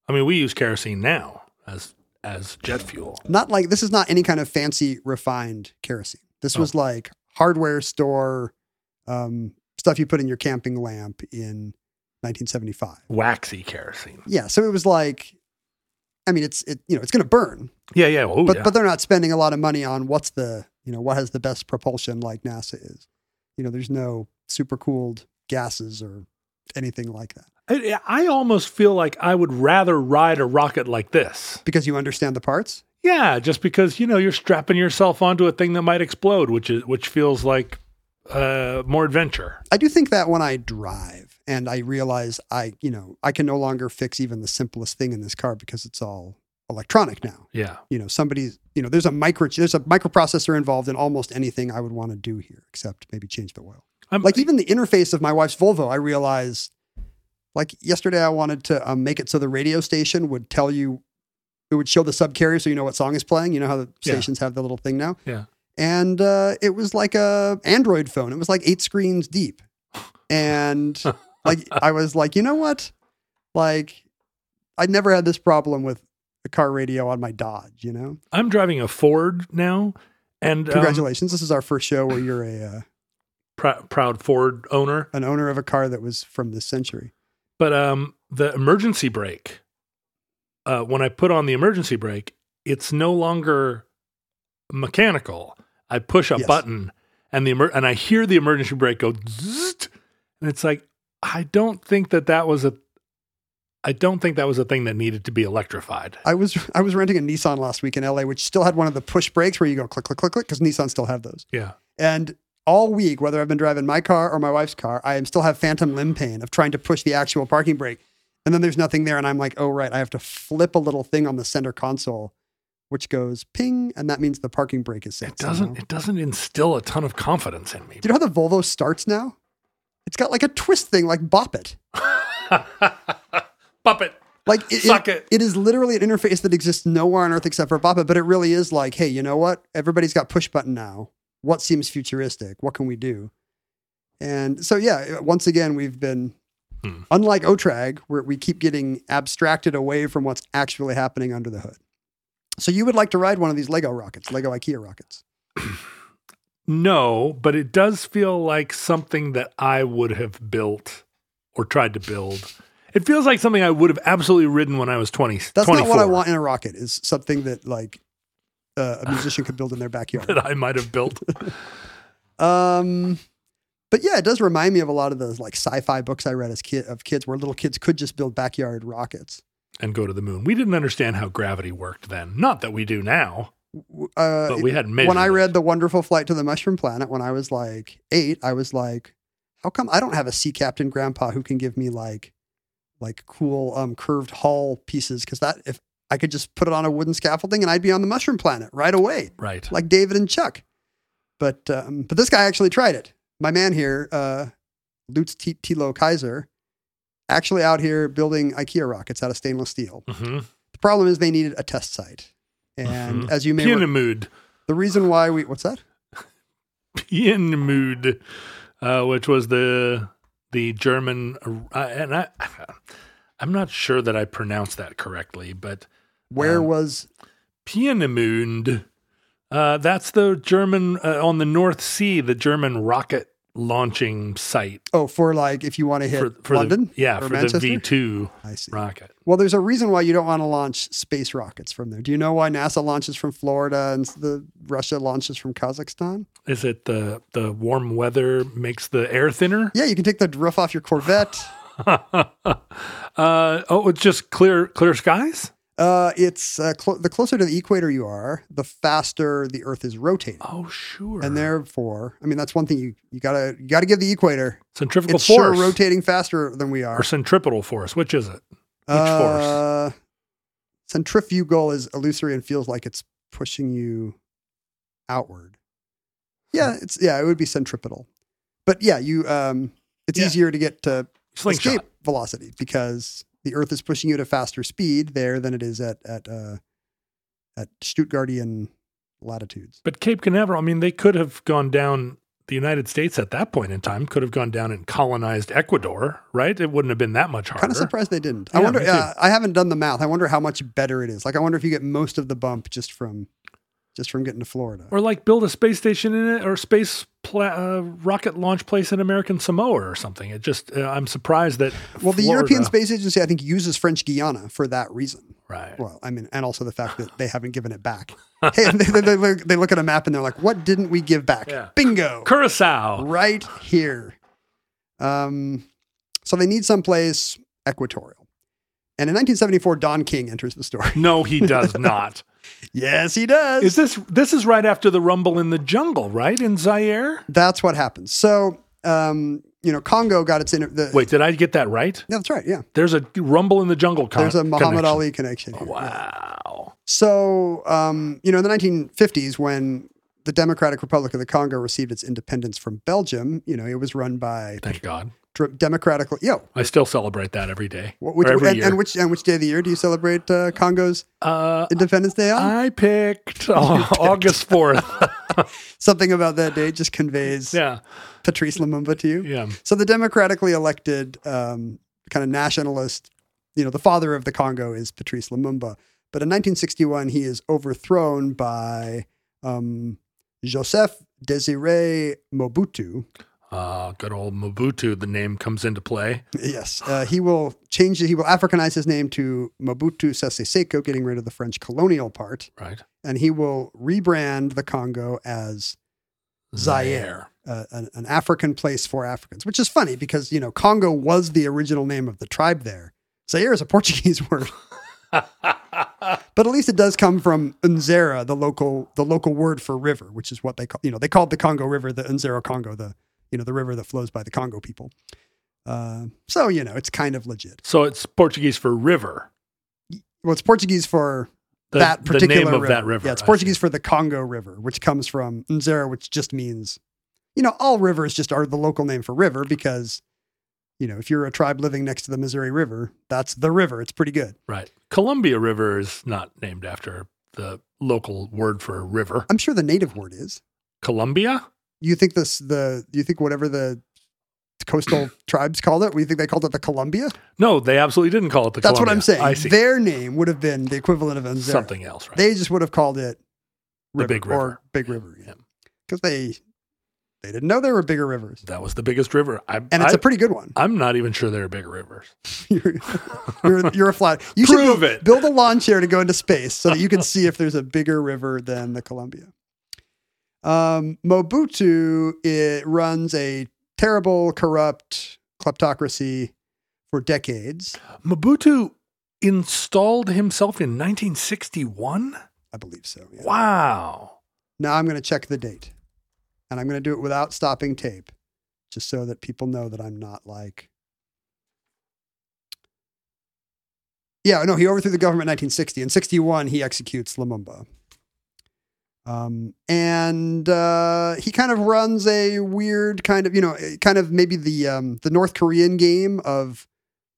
S3: I mean, we use kerosene now as as jet fuel.
S5: not like this is not any kind of fancy refined kerosene. This
S3: Oh.
S5: was like hardware store um, stuff you put in your camping lamp in 1975.
S3: Waxy kerosene.
S5: Yeah, so it was like, I mean, it's it you know it's going to burn,
S3: Yeah, yeah. Oh,
S5: but
S3: yeah.
S5: but they're not spending a lot of money on what's the you know what has the best propulsion like NASA is. You know, there's no super cooled gases or anything like that
S3: I, I almost feel like I would rather ride a rocket like this.
S5: because you understand the parts.
S3: Yeah, just because you know you're strapping yourself onto a thing that might explode, which is which feels like uh, more adventure.
S5: I do think that when I drive and I realize I, you know, I can no longer fix even the simplest thing in this car because it's all electronic now.
S3: Yeah,
S5: You know, somebody's, you know, there's a micro, there's a microprocessor involved in almost anything I would want to do here, except maybe change the oil.
S3: I'm,
S5: Like even the interface of my wife's Volvo, I realize, like yesterday, I wanted to um, make it so the radio station would tell you, it would show the subcarrier so you know what song is playing. You know how the
S3: Yeah.
S5: stations have the little thing now.
S3: Yeah.
S5: And uh, it was like a Android phone. It was like eight screens deep,
S3: <laughs>
S5: and like I was like, you know what, like I never had this problem with the car radio on my Dodge. You know,
S3: I'm driving a Ford now, and um,
S5: congratulations, this is our first show where you're a uh,
S3: prou- proud Ford owner.
S5: an owner of a car that was from this century.
S3: But um, the emergency brake, uh, when I put on the emergency brake, it's no longer mechanical. I push a
S5: Yes.
S3: button, and the emer- and I hear the emergency brake go, zzzt, and it's like I don't think that that was a, I don't think that was a thing that needed to be electrified.
S5: I was <laughs> I was renting a Nissan last week in LA, which still had one of the push brakes where you go click click click click because Nissan still have those.
S3: Yeah,
S5: And all week, whether I've been driving my car or my wife's car, I am still have phantom limb pain of trying to push the actual parking brake, and then there's nothing there, and I'm like, oh right, I have to flip a little thing on the center console, which goes ping, and that means the parking brake is set.
S3: it doesn't
S5: somehow.
S3: it doesn't instill a ton of confidence in
S5: <laughs>
S3: me.
S5: Do you know how the Volvo starts now? It's got like a twist thing, like bop it.
S3: Puppet.
S5: Like it,
S3: Suck it.
S5: It is literally an interface that exists nowhere on Earth except for Bapa, but it really is like, hey, you know what? Everybody's got push button now. What seems futuristic? What can we do? And so, yeah, once again, we've been,
S3: Hmm.
S5: unlike OTRAG, where we keep getting abstracted away from what's actually happening under the hood. So, you would like to ride one of these Lego rockets, Lego IKEA rockets.
S3: No, but it does feel like something that I would have built or tried to build. It feels like something I would have absolutely ridden when I was 20.
S5: That's
S3: 24,
S5: not what I want in a rocket, is something that like uh, a musician could build in their
S3: <laughs>
S5: backyard.
S3: <laughs> That I might have built.
S5: Um, but yeah, it does remind me of a lot of those like sci-fi books I read as kid of kids where little kids could just build backyard rockets.
S3: and go to the moon. We didn't understand how gravity worked then. Not that we do now.
S5: w- uh,
S3: But we had major.
S5: when I read The Wonderful Flight to the Mushroom Planet when I was like eight, I was like, how come I don't have a sea captain grandpa who can give me like like cool um, curved hull pieces? Because that if I could just put it on a wooden scaffolding and I'd be on the mushroom planet right away,
S3: right.
S5: like David and Chuck. But um, but this guy actually tried it. My man here, uh, Lutz T- Tilo Kaiser, actually out here building IKEA rockets out of stainless steel.
S3: hmm
S5: The problem is they needed a test site, and
S3: Mhm.
S5: as you may re-
S3: Pienamood.
S5: the reason why we what's that.
S3: Pienamood, uh, which was the the German, uh, and I, <sighs> I'm not sure that I pronounced that correctly, but
S5: Where
S3: Um,
S5: was
S3: Pienemund. Uh, that's the German uh, on the North Sea, the German rocket launching site
S5: oh for like if you want to hit London?
S3: The, yeah,
S5: or
S3: for
S5: Manchester?
S3: the V two
S5: I see.
S3: rocket.
S5: Well, there's a reason why you don't want to launch space rockets from there. Do you know why NASA launches from Florida and s- the Russia launches from Kazakhstan?
S3: Is it the the warm weather makes the air thinner? <laughs>
S5: Yeah, you can take the roof off your Corvette.
S3: uh, oh, it's just clear clear skies.
S5: Uh, it's uh, clo- the closer to the equator you are, the faster the Earth is rotating,
S3: Oh, sure.
S5: and therefore, I mean that's one thing you you gotta you gotta give the equator.
S3: centrifugal
S5: It's sure
S3: force
S5: rotating faster than we are.
S3: or centripetal force. Which is it? which
S5: Uh, centrifugal is illusory and feels like it's pushing you outward.
S3: Hmm.
S5: Yeah, it's yeah, it would be centripetal, but yeah, you um, it's
S3: Yeah.
S5: easier to get to
S3: Slingshot.
S5: escape velocity because the Earth is pushing you at a faster speed there than it is at at uh, at Stuttgartian latitudes.
S3: But Cape Canaveral, I mean, they could have gone down. The United States at that point in time could have gone down and colonized Ecuador, right? It wouldn't have been that much harder.
S5: Kind of surprised they didn't. I
S3: Yeah,
S5: wonder.
S3: me too.
S5: Uh, I haven't done the math. I wonder how much better it is. Like, I wonder if you get most of the bump just from just from getting to Florida.
S3: Or like build a space station in it, or space pla- uh, rocket launch place in American Samoa or something. It just, uh, I'm surprised that.
S5: Well, the European
S3: Florida-
S5: Space Agency, I think, uses French Guiana for that reason.
S3: right?
S5: Well, I mean, and also the fact that they haven't given it back. <laughs> hey, they, they, they, look, they look at a map and they're like, "What didn't we give back?
S3: Yeah.
S5: Bingo!
S3: Curacao.
S5: Right here." Um, so they need someplace equatorial. And in 1974, Don King enters the story. <laughs>
S3: No, he does not.
S5: yes, he does.
S3: Is this this is right after the rumble in the jungle, right in Zaire?
S5: That's what happens. So, um, you know, Congo got its inter- the,
S3: Wait, did I get that right?
S5: Yeah, that's right. Yeah,
S3: There's a rumble in the jungle. Con-
S5: there's a Muhammad
S3: Uh, connection. Ah,
S5: Ali connection. here.
S3: Wow.
S5: So, um, you know, in the 1950s, when the Democratic Republic of the Congo received its independence from Belgium, you know, it was run by
S3: Thank God.
S5: dr- democratically. Yo,
S3: I still celebrate that every day.
S5: wh- which,
S3: or every
S5: and,
S3: year.
S5: and which and which day of the year do you celebrate uh, Congo's
S3: uh,
S5: Independence Day on?
S3: I picked oh, August
S5: <laughs>
S3: 4th.
S5: Something about that day just conveys
S3: yeah.
S5: Patrice Lumumba to you.
S3: Yeah.
S5: So the democratically elected um, kind of nationalist, you know, the father of the Congo is Patrice Lumumba. But in 1961, he is overthrown by um, Joseph Desire Mobutu.
S3: Uh, good old Mobutu, the name comes into play.
S5: Yes, uh, he will change. He will Africanize his name to Mobutu Sese Seko, getting rid of the French colonial part,
S3: Right.
S5: and he will rebrand the Congo as Zaire. uh, an, an African place for Africans, which is funny because, you know, Congo was the original name of the tribe there. Zaire is a <laughs> Portuguese word, but at least it does come from Nzera, the local, the local word for river, which is what they call, you know, they called the Congo River the Nzera Congo, the, you know, the river that flows by the Congo people. Uh, so, you know, it's kind of legit.
S3: So it's Portuguese for river.
S5: Well, it's Portuguese for
S3: The,
S5: that
S3: the
S5: particular
S3: name
S5: river.
S3: of that river.
S5: Yeah, it's
S3: I see.
S5: Portuguese for the Congo River, which comes from Nzera, which just means, you know, all rivers just are the local name for river because, you know, if you're a tribe living next to the Missouri River, that's the river. It's pretty good.
S3: Right. Columbia River is not named after the local word for a river.
S5: I'm sure the native word is.
S3: Columbia?
S5: You think this the you think whatever the
S3: <clears throat>
S5: coastal tribes called it, we think they called it the Columbia.
S3: No, they absolutely didn't call it the
S5: That's what
S3: Columbia.
S5: I'm saying.
S3: I see.
S5: Their name would have been the equivalent of Nzera.
S3: Something else, right?
S5: They just would have called it
S3: The
S5: river
S3: Big
S5: or
S3: River.
S5: Big River, yeah,
S3: Yeah.
S5: because they they didn't know there were bigger rivers.
S3: that was the biggest river. I,
S5: and it's
S3: I,
S5: a pretty good one. <laughs>
S3: I'm not even sure there are bigger rivers.
S5: you're, you're, you're a flat. You should
S3: Prove
S5: build,
S3: it.
S5: build a lawn chair to go into space so that you can see if there's a bigger river than the Columbia. Um, Mobutu it runs a terrible, corrupt kleptocracy for decades.
S3: Mobutu installed himself in 1961.
S5: I believe so. Yeah.
S3: Wow.
S5: Now I'm going to check the date. And I'm going to do it without stopping tape, just so that people know that I'm not like. Yeah, no, he overthrew the government in 1960. In 61, he executes Lumumba. Um, and uh, he kind of runs a weird kind of, you know, eh, kind of maybe the um, the North Korean game of,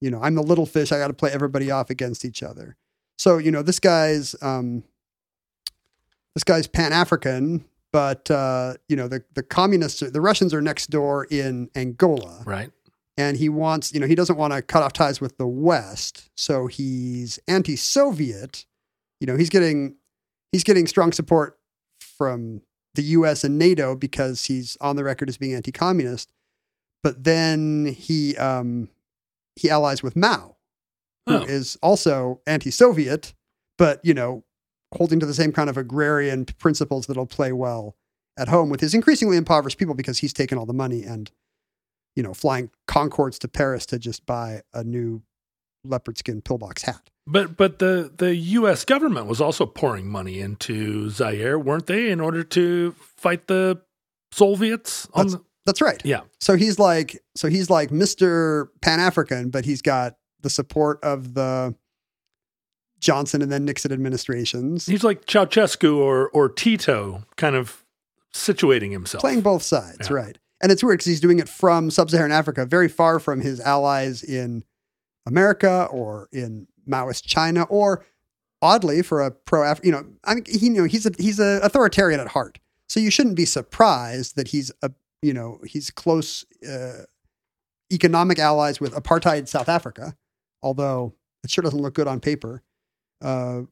S5: you know, I'm the little fish. I got to play everybody off against each other. So, you know, this guy's um, this guy's Pan African, but uh, you know the the communists, the Russians are next door in Angola,
S3: Right.
S5: and he wants you know he doesn't want to cut off ties with the West, so he's anti-Soviet. You know he's getting he's getting strong support from the U.S. and NATO because he's on the record as being anti-communist, but then he um, he allies with Mao, who is
S3: Oh.
S5: also anti-Soviet, but you know holding to the same kind of agrarian principles that'll play well at home with his increasingly impoverished people because he's taken all the money and you know flying concords to paris to just buy a new leopard skin pillbox hat
S3: But but the the U.S. government was also pouring money into Zaire, weren't they, in order to fight the Soviets? On the,
S5: that's right
S3: yeah.
S5: so he's like so he's like mr pan-african but he's got the support of the johnson and then nixon
S3: <laughs>
S5: administrations
S3: He's like Ceausescu or or Tito, kind of situating himself.
S5: playing both sides,
S3: Yeah.
S5: right? And it's weird because he's doing it from sub-Saharan Africa, very far from his allies in America or in Maoist China, or oddly for a pro, you know, I mean, he, you know, he's a he's a authoritarian at heart, so you shouldn't be surprised that he's a you know he's close uh, economic allies with apartheid South Africa, although it sure doesn't look good on paper. Uh,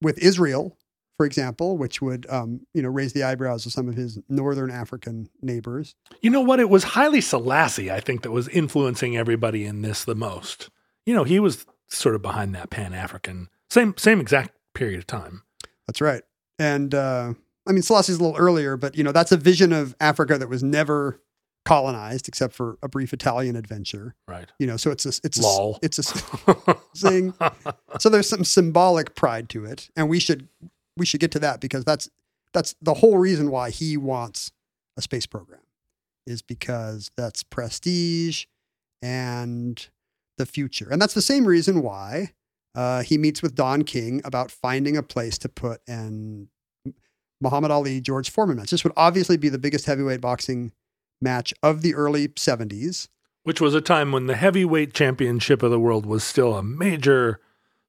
S5: with Israel, for example, which would um, you know raise the eyebrows of some of his northern African neighbors.
S3: You know what? It was Haile Selassie, I think, that was influencing everybody in this the most. You know, he was sort of behind that Pan African same same exact period of time.
S5: That's right. And uh, I mean, Selassie's a little earlier, but you know that's a vision of Africa that was never colonized except for a brief Italian adventure.
S3: Right.
S5: You know, so it's a it's a,
S3: Lol.
S5: it's a thing. So there's some symbolic pride to it, and we should we should get to that because that's that's the whole reason why he wants a space program is because that's prestige and the future, and that's the same reason why uh, he meets with Don King about finding a place to put an Muhammad Ali George Foreman match. This would obviously be the biggest heavyweight boxing match of the early '70s.
S3: <laughs> Which was a time when the heavyweight championship of the world was still a major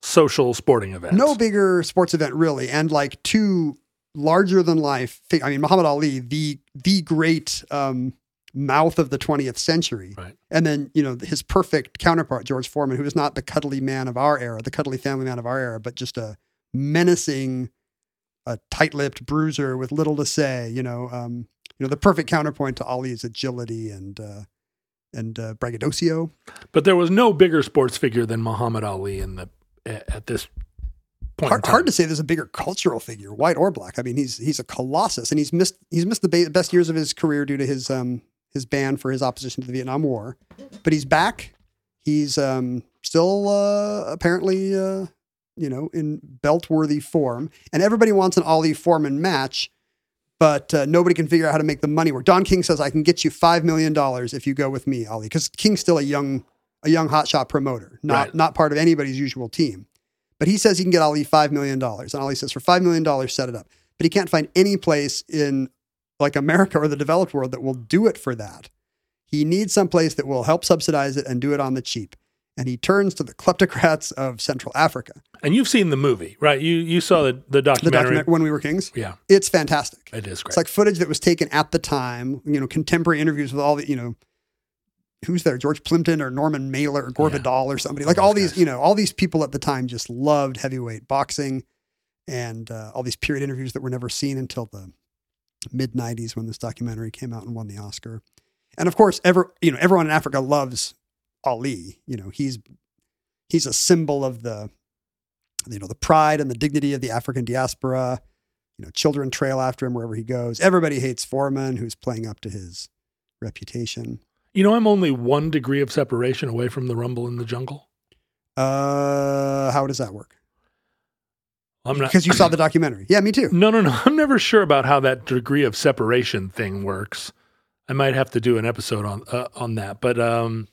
S3: social sporting event.
S5: No bigger sports event really, and like two larger than life. Fig- I mean, Muhammad Ali, the the great um, mouth of the 20th century,
S3: Right.
S5: and then you know his perfect counterpart George Foreman, who is not the cuddly man of our era, the cuddly family man of our era, but just a menacing, a tight-lipped bruiser with little to say. You know, um, you know the perfect counterpoint to Ali's agility and uh, and uh, braggadocio.
S3: But there was no bigger sports figure than Muhammad Ali in the at at this point.
S5: hard, hard to say there's a bigger cultural figure, white or black. I mean, he's he's a colossus, and he's missed he's missed the ba- best years of his career due to his um his ban for his opposition to the Vietnam War. But he's back. He's um still uh, apparently uh, you know in belt worthy form, and everybody wants an Ollie Foreman match. But uh, nobody can figure out how to make the money work. Don King says, "I can get you five million dollars if you go with me, Ollie," because King's still a young, a young hotshot promoter, not
S3: Right.
S5: not part of anybody's usual team. But he says he can get Ali $5 million. And Ali says, for $5 million, set it up. But he can't find any place in like America or the developed world that will do it for that. He needs some place that will help subsidize it and do it on the cheap. And he turns to the kleptocrats of Central Africa.
S3: And you've seen the movie, right? You you saw the the
S5: The
S3: documentary.
S5: document, When We Were Kings,
S3: yeah,
S5: it's fantastic.
S3: it is great.
S5: It's like footage that was taken at the time, you know, contemporary interviews with all the, you know, who's there, George Plimpton or Norman Mailer or Gore
S3: Yeah.
S5: Vidal or somebody. Like
S3: Those
S5: all these,
S3: guys.
S5: you know, all these people at the time just loved heavyweight boxing and uh, all these period interviews that were never seen until the mid 90s when this documentary came out and won the Oscar. And of course, ever, you know, everyone in Africa loves Ali. You know, he's he's a symbol of the you know, the pride and the dignity of the African diaspora. You know, children trail after him wherever he goes. Everybody hates Foreman, who's playing up to his reputation.
S3: you know, I'm only one degree of separation away from the Rumble in the Jungle.
S5: Uh, how does that work?
S3: I'm not.
S5: because you
S3: <clears throat>
S5: saw the documentary. Yeah, me too.
S3: No, no, no. <laughs> I'm never sure about how that degree of separation thing works. I might have to do an episode on uh, on that. But um,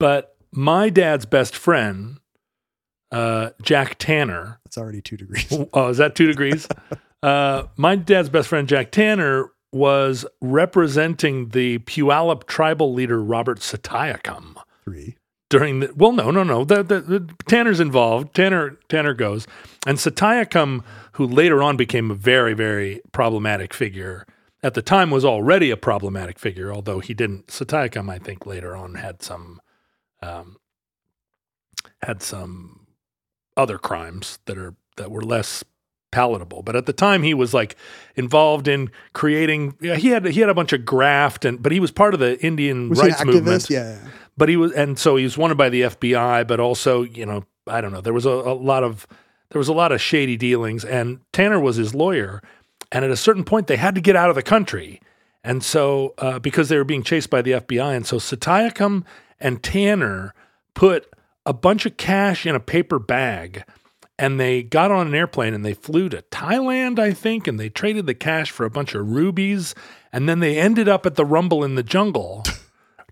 S3: but my dad's best friend, uh, Jack Tanner. <laughs>
S5: It's already two degrees.
S3: Oh, is that two degrees? uh, my dad's best friend, Jack Tanner, was representing the Puyallup tribal leader Robert Satayakam
S5: <laughs> Three.
S3: during the well no no no the, the, the tanner's involved tanner tanner goes and satayakam who later on became a very very problematic figure at the time was already a problematic figure although he didn't satayakam i think later on had some um, had some other crimes that are that were less palatable but at the time he was like involved in creating yeah, he had he had a bunch of graft and but he was part of the indian
S5: Was
S3: rights
S5: he an activist?
S3: movement
S5: Yeah. yeah.
S3: but he was and so he was wanted by the FBI but also you know I don't know there was a, a lot of there was a lot of shady dealings and Tanner was his lawyer and at a certain point they had to get out of the country and so uh, because they were being chased by the FBI and so Satayakam and Tanner put a bunch of cash in a paper bag and they got on an airplane and they flew to Thailand, I think, and they traded the cash for a bunch of rubies. And then they ended up at the Rumble in
S5: <laughs>
S3: the Jungle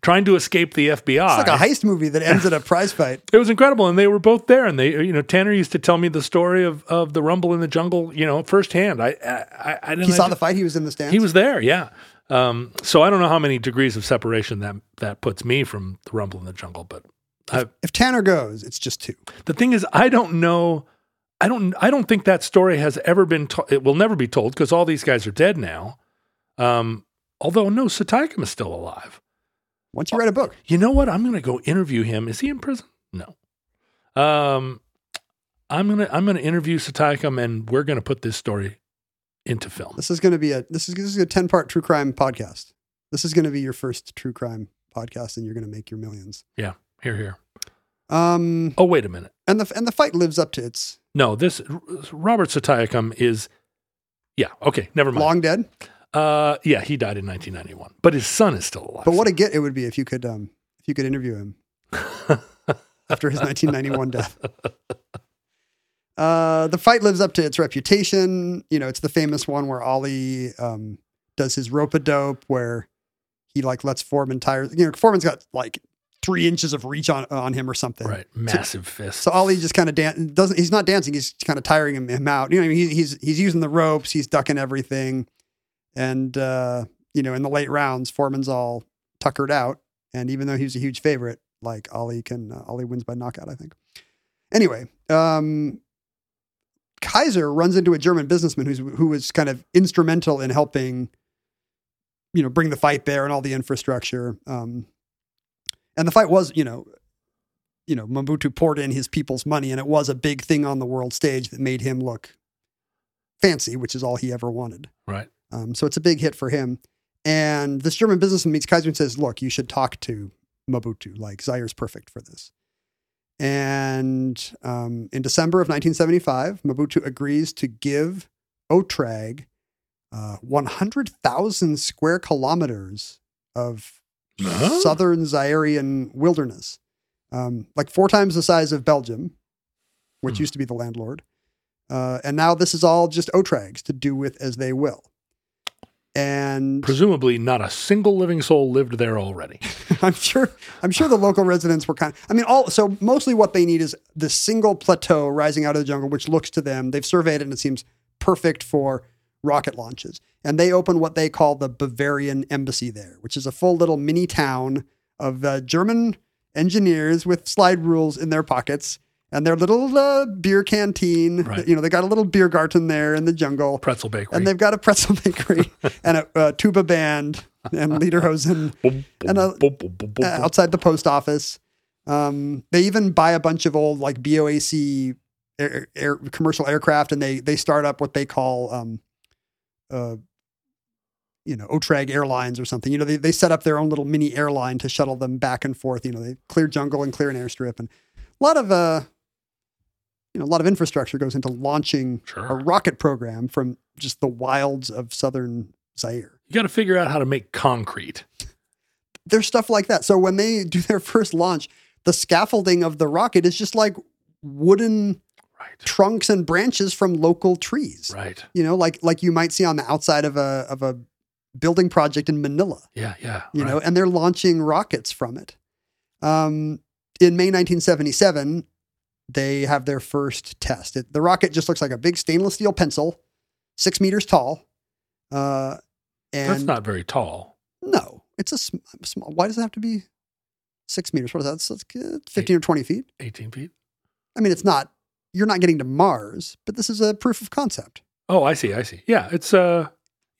S3: trying to escape the FBI.
S5: It's like a heist movie that ends in a prize
S3: <laughs>
S5: fight.
S3: It was incredible, and they were both there. And they, you know, Tanner used to tell me the story of of the rumble in the jungle, you know, firsthand. I, I, I, I didn't.
S5: He saw
S3: I
S5: the fight. He was in the stands.
S3: He was there, yeah. Um, so I don't know how many degrees of separation that that puts me from the rumble in the jungle, but I,
S5: If Tanner goes, it's just two.
S3: the thing is, I don't know. I don't. I don't think that story has ever been. To- it will never be told because all these guys are dead now. Um, although no, Satayakam is still alive.
S5: Once you write a book,
S3: you know what? I'm going to go interview him. Is he in prison? No. Um, I'm gonna I'm gonna interview Satayakam, and we're gonna put this story into film.
S5: this is going to be a this is this is a ten part true crime podcast. This is going to be your first true crime podcast, and you're going to make your millions.
S3: Yeah, here, here.
S5: Um,
S3: Oh, wait a minute.
S5: and the and the fight lives up to its
S3: No, this Robert Satayakam is. Yeah. Okay. Never mind.
S5: long dead.
S3: Uh, yeah, he died in 1991, but his son is still alive.
S5: But what a get it would be if you could um if you could interview him after his 1991 death. Uh, the fight lives up to its reputation. You know, it's the famous one where Ollie um, does his rope a dope, where he like lets Foreman tire. You know, Foreman's got like three inches of reach on on him or something.
S3: right? Massive fist.
S5: So Ollie just kind of dan- doesn't. He's not dancing. He's kind of tiring him, him out. You know, what I mean? he, he's he's using the ropes. He's ducking everything, and uh, you know, in the late rounds, Foreman's all tuckered out. And even though he was a huge favorite, like Ollie can uh, Ollie wins by knockout, I think. Anyway, um, Kaiser runs into a German businessman who's who was kind of instrumental in helping, you know, bring the fight there and all the infrastructure. Um, and the fight was, you know, you know, Mobutu poured in his people's money, and it was a big thing on the world stage that made him look fancy, which is all he ever wanted.
S3: right.
S5: Um, so it's a big hit for him. And this German businessman meets Kaiser and says, "Look, you should talk to Mobutu. Like Zaire's perfect for this." And um, in December of 1975, Mobutu agrees to give Otrag uh, 100,000 square kilometers of
S3: Huh?
S5: southern Zairean wilderness, um, like four times the size of Belgium, which
S3: Hmm.
S5: used to be the landlord. Uh, and now this is all just Otrags to do with as they will. And
S3: Presumably, not a single living soul lived there already.
S5: <laughs> I'm sure, I'm sure the local residents were kind. I mean, all so mostly what they need is the single plateau rising out of the jungle, which looks to them they've surveyed it and it seems perfect for rocket launches. And they open what they call the Bavarian Embassy there, which is a full little mini town of uh, German engineers with slide rules in their pockets and their little uh, beer canteen.
S3: Right.
S5: You know, they got a little beer garden there in the jungle.
S3: Pretzel bakery.
S5: And they've got a pretzel bakery and a, uh tuba band and Lederhosen and a-
S3: Boop, boop, boop, boop,
S5: uh, outside the post office. Um, they even buy a bunch of old like BOAC air, air, commercial aircraft, and they they start up what they call, um, uh, you know, Otrag Airlines or something. You know, they they set up their own little mini airline to shuttle them back and forth. You know, they clear jungle and clear an airstrip, and a lot of uh, you know, a lot of infrastructure goes into launching a
S3: Sure.
S5: rocket program from just the wilds of southern Zaire.
S3: You got to figure out how to make concrete.
S5: there's stuff like that. So when <laughs> they do their first launch, the scaffolding of the rocket is just like wooden
S3: Right.
S5: trunks and branches from local trees.
S3: Right.
S5: You know, like like you might see on the outside of a of a building project in Manila.
S3: Yeah. Yeah.
S5: You
S3: right.
S5: know, and they're launching rockets from it. Um, in May 1977, they have their first test. It, the rocket just looks like a big stainless steel pencil, six meters tall. Uh, and
S3: That's not very tall.
S5: no, it's a sm- small. Why does it have to be six meters? What is that? That's, that's good, 15 or 20 feet.
S3: 18 feet.
S5: I mean, it's not. You're not getting to Mars, but this is a proof of concept.
S3: Oh, I see. I see. Yeah. It's, uh,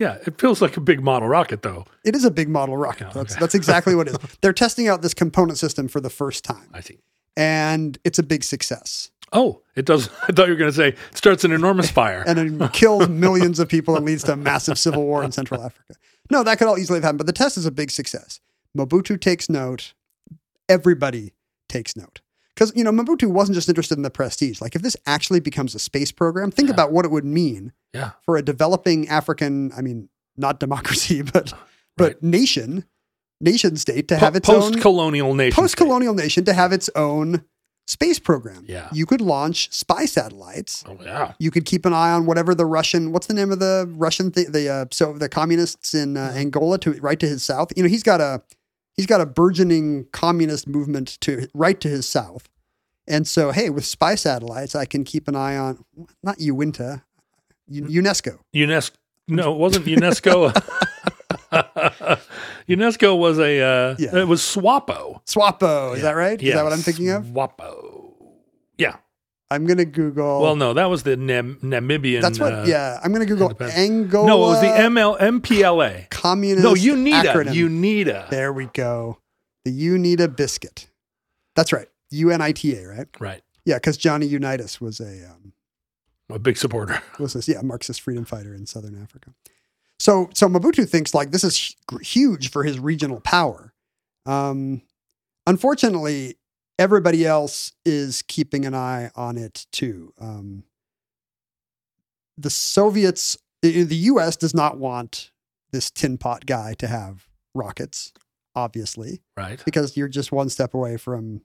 S3: yeah, it feels like a big model rocket though.
S5: It is a big model rocket.
S3: Yeah,
S5: that's
S3: Oh, okay.
S5: that's exactly what it
S3: <laughs>
S5: is. They're testing out this component system for the first time,
S3: I see.
S5: and it's a big success.
S3: Oh, it does. <laughs> I thought you were going to say it starts an enormous
S5: <laughs>
S3: fire. <laughs>
S5: And it kills millions of people and leads to a massive civil war in Central Africa. No, that could all easily have happened, but the test is a big success. Mobutu takes note. Everybody takes note. Because, you know, Mobutu wasn't just interested in the prestige. Like, if this actually becomes a space program, think
S3: Yeah.
S5: about what it would mean
S3: yeah.
S5: for a developing African, I mean, not democracy, <laughs> but, but
S3: Right.
S5: nation, nation state to have its own.
S3: post-colonial nation. state.
S5: post-colonial nation to have its own space program.
S3: Yeah.
S5: You could launch spy satellites.
S3: Oh, yeah.
S5: You could keep an eye on whatever the Russian. What's the name of the Russian? Th- the uh, so the communists in
S3: Mm-hmm.
S5: uh, Angola to right to his south. You know he's got a he's got a burgeoning communist movement to right to his south. And so hey, with spy satellites, I can keep an eye on not UINTA, U-
S3: Mm-hmm.
S5: UNESCO.
S3: UNESCO. No,
S5: <laughs>
S3: it wasn't UNESCO. <laughs> UNESCO was a. Uh,
S5: Yeah.
S3: It was SWAPO.
S5: SWAPO, is
S3: Yeah. Mm-hmm.
S5: that right? Is
S3: Yeah,
S5: that what I'm thinking of?
S3: SWAPO. Yeah.
S5: I'm gonna Google.
S3: Well, no, that was the Nam- Namibian.
S5: Oh. that's what.
S3: uh,
S5: yeah, I'm gonna Google
S3: independent-
S5: Angola.
S3: No, it was the ML MPLA.
S5: communist.
S3: No, UNITA.
S5: acronym.
S3: UNITA.
S5: there we go. The UNITA biscuit. That's right. UNITA, right?
S3: Right.
S5: Yeah, because Johnny Unitas was a um,
S3: A big supporter. <laughs>
S5: was this yeah Marxist freedom fighter in Southern Africa. So so Mobutu thinks like this is hu- huge for his regional power. Um, unfortunately, everybody else is keeping an eye on it too. Um, the Soviets, i- the U.S. does not want this tin pot guy to have rockets, obviously,
S3: Right.
S5: because you're just one step away from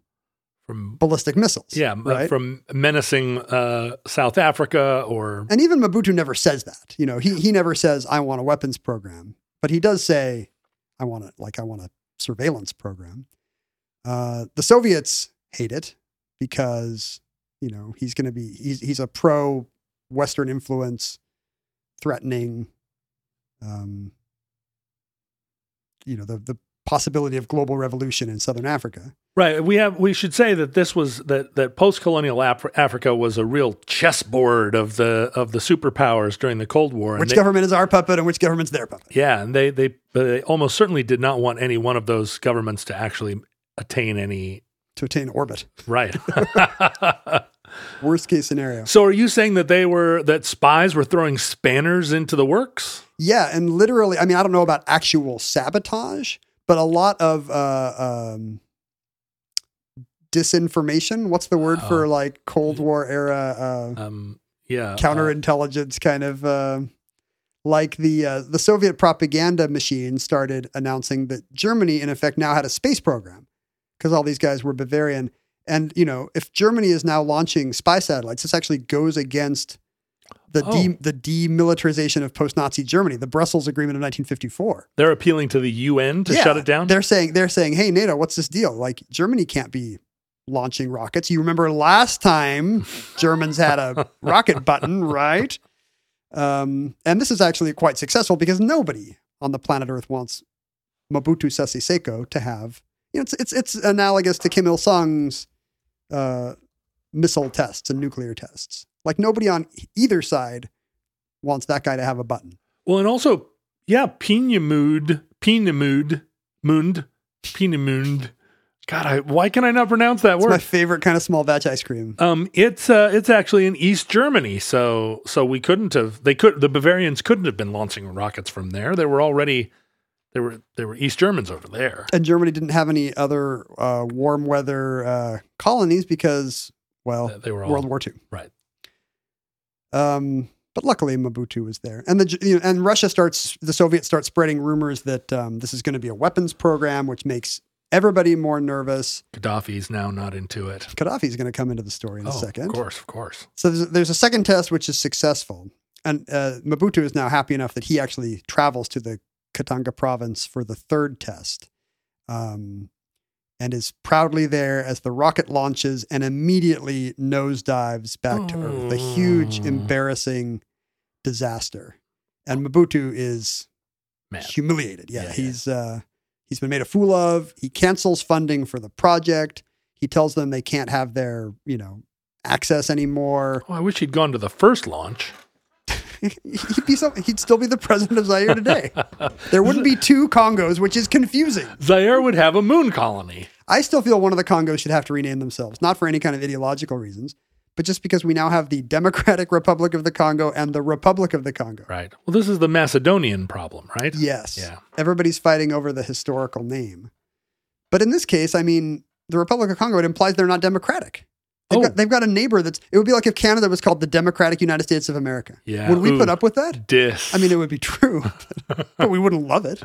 S3: From
S5: ballistic missiles.
S3: yeah, uh, m-
S5: right.
S3: from menacing uh, South Africa or
S5: And even Mobutu never says that. You know, he he never says I want a weapons program, but he does say I want a like I want a surveillance program. Uh, the Soviets hate it because you know he's going to be he's he's a pro Western influence, threatening, um, you know the the possibility of global revolution in Southern Africa.
S3: Right. We have. We should say that this was that that post-colonial Af- Africa was a real chessboard of the of the superpowers during the Cold War. and
S5: Which
S3: they-
S5: government is our puppet and which government's their puppet?
S3: Yeah, and they they but they almost certainly did not want any one of those governments to actually attain any
S5: To attain orbit,
S3: right. <laughs>
S5: worst case scenario.
S3: so, are you saying that they were that spies were throwing spanners into the works?
S5: Yeah, and literally, I mean, I don't know about actual sabotage, but a lot of uh, um, disinformation. What's the word for
S3: Oh.
S5: like Cold War era
S3: Um, yeah,
S5: uh,
S3: uh,
S5: counterintelligence kind of? Uh, like the uh, the Soviet propaganda machine started announcing that Germany, in effect, now had a space program because all these guys were Bavarian. And you know, if Germany is now launching spy satellites, this actually goes against the de-
S3: Oh.
S5: the demilitarization of post-Nazi Germany, the Brussels Agreement of 1954.
S3: they're appealing to the UN to
S5: Yeah,
S3: shut it down.
S5: They're saying they're saying, "Hey NATO, what's this deal? Like Germany can't be launching rockets. You remember last time Germans had
S3: <laughs>
S5: a rocket button, right?" Um, and this is actually quite successful because nobody on the planet Earth wants Mobutu Sese Seko to have. You know, it's it's it's analogous to Kim Il Sung's uh, missile tests and nuclear tests. Like nobody on either side wants that guy to have a button.
S3: Well, and also, yeah, Pinamud, Pinamud, Mund, Pinamund. God, I, why can I not pronounce that
S5: It's my
S3: word?
S5: favorite kind of small batch ice cream.
S3: um, it's uh, it's actually in East Germany, so so we couldn't have they could the Bavarians couldn't have been launching rockets from there. They were already they were they were East Germans over there.
S5: and Germany didn't have any other uh, warm weather uh, colonies because, well,
S3: They were all
S5: World War II.
S3: right.
S5: Um, but luckily, Mobutu was there, and the you know, and Russia starts the Soviets start spreading rumors that um, this is going to be a weapons program, which makes everybody more nervous.
S3: Gaddafi's now not into it.
S5: Gaddafi's going to come into the story in a second.
S3: Oh, Of course, of course.
S5: So there's, there's a second test which is successful, and uh, Mobutu is now happy enough that he actually travels to the Katanga province for the third test, um, and is proudly there as the rocket launches and immediately nosedives back to Earth. A huge,
S3: Mm.
S5: embarrassing disaster, and Mobutu is
S3: Man.
S5: humiliated. Yeah,
S3: Yeah, yeah.
S5: he's Uh, he's been made a fool of. He cancels funding for the project. He tells them they can't have their you know access anymore.
S3: Oh, I wish he'd gone to the first launch.
S5: he'd be some, he'd still be the president of Zaire today. there wouldn't be two Congos, which is confusing.
S3: Zaire would have a moon colony.
S5: I still feel one of the Congos should have to rename themselves, not for any kind of ideological reasons, but just because we now have the Democratic Republic of the Congo and the Republic of the Congo.
S3: Right. Well, this is the Macedonian problem, right?
S5: Yes.
S3: Yeah.
S5: Everybody's fighting over the historical name. But in this case, I mean, the Republic of Congo, it implies they're not democratic. They've,
S3: Oh.
S5: got, they've got a neighbor that's, it would be like if Canada was called the Democratic United States of America.
S3: Yeah.
S5: Would we put
S3: Ooh.
S5: up with that?
S3: Dis.
S5: I mean, it would be true, <laughs> but we wouldn't love it.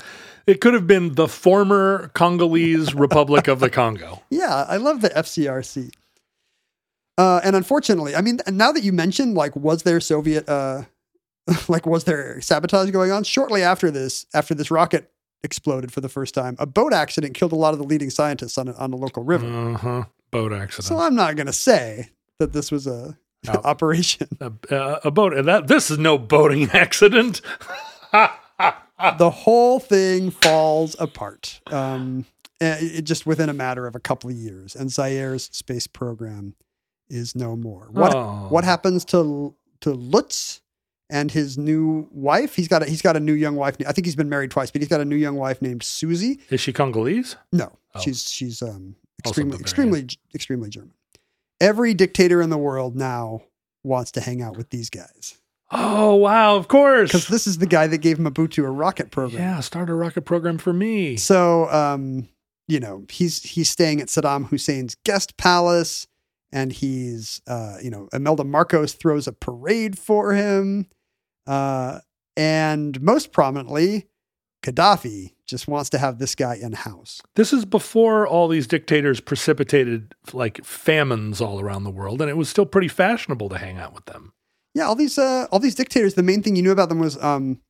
S3: it could have been the former
S5: <laughs>
S3: Congolese Republic of the Congo.
S5: Yeah, I love the FCRC. Uh, and unfortunately, I mean, and now that you mentioned, like, was there Soviet, uh, <laughs> like, was there sabotage going on? Shortly after this, after this rocket exploded for the first time, a boat accident killed a lot of the leading scientists on a, on a local river.
S3: Uh huh. Boat accident.
S5: So I'm not going to say that this was a
S3: Oh.
S5: <laughs> operation.
S3: a, uh, a, a boat. That this is no boating <laughs> accident.
S5: the whole thing falls apart. Um, eh, it, just within a matter of a couple of years, and Zaire's space program is no more. What
S3: Oh.
S5: what happens to to Lutz and his new wife? He's got a, he's got a new young wife. I think he's been married twice, but he's got a new young wife named Susie.
S3: Is she Congolese?
S5: No,
S3: Oh.
S5: she's she's um,
S3: Also
S5: extremely
S3: Bavarian.
S5: extremely extremely German. Every dictator in the world now wants to hang out with these guys
S3: Oh wow! Of
S5: because
S3: course.
S5: this is the guy that gave Mobutu a rocket program.
S3: Yeah, start a rocket program for me.
S5: So, um, you know, he's he's staying at Saddam Hussein's guest palace, and he's, uh, you know, Imelda Marcos throws a parade for him, uh, and most prominently, Gaddafi just wants to have this guy in house.
S3: This is before all these dictators precipitated like famines all around the world, and it was still pretty fashionable to hang out with them.
S5: Yeah, all these uh, all these dictators. The main thing you knew about them was um,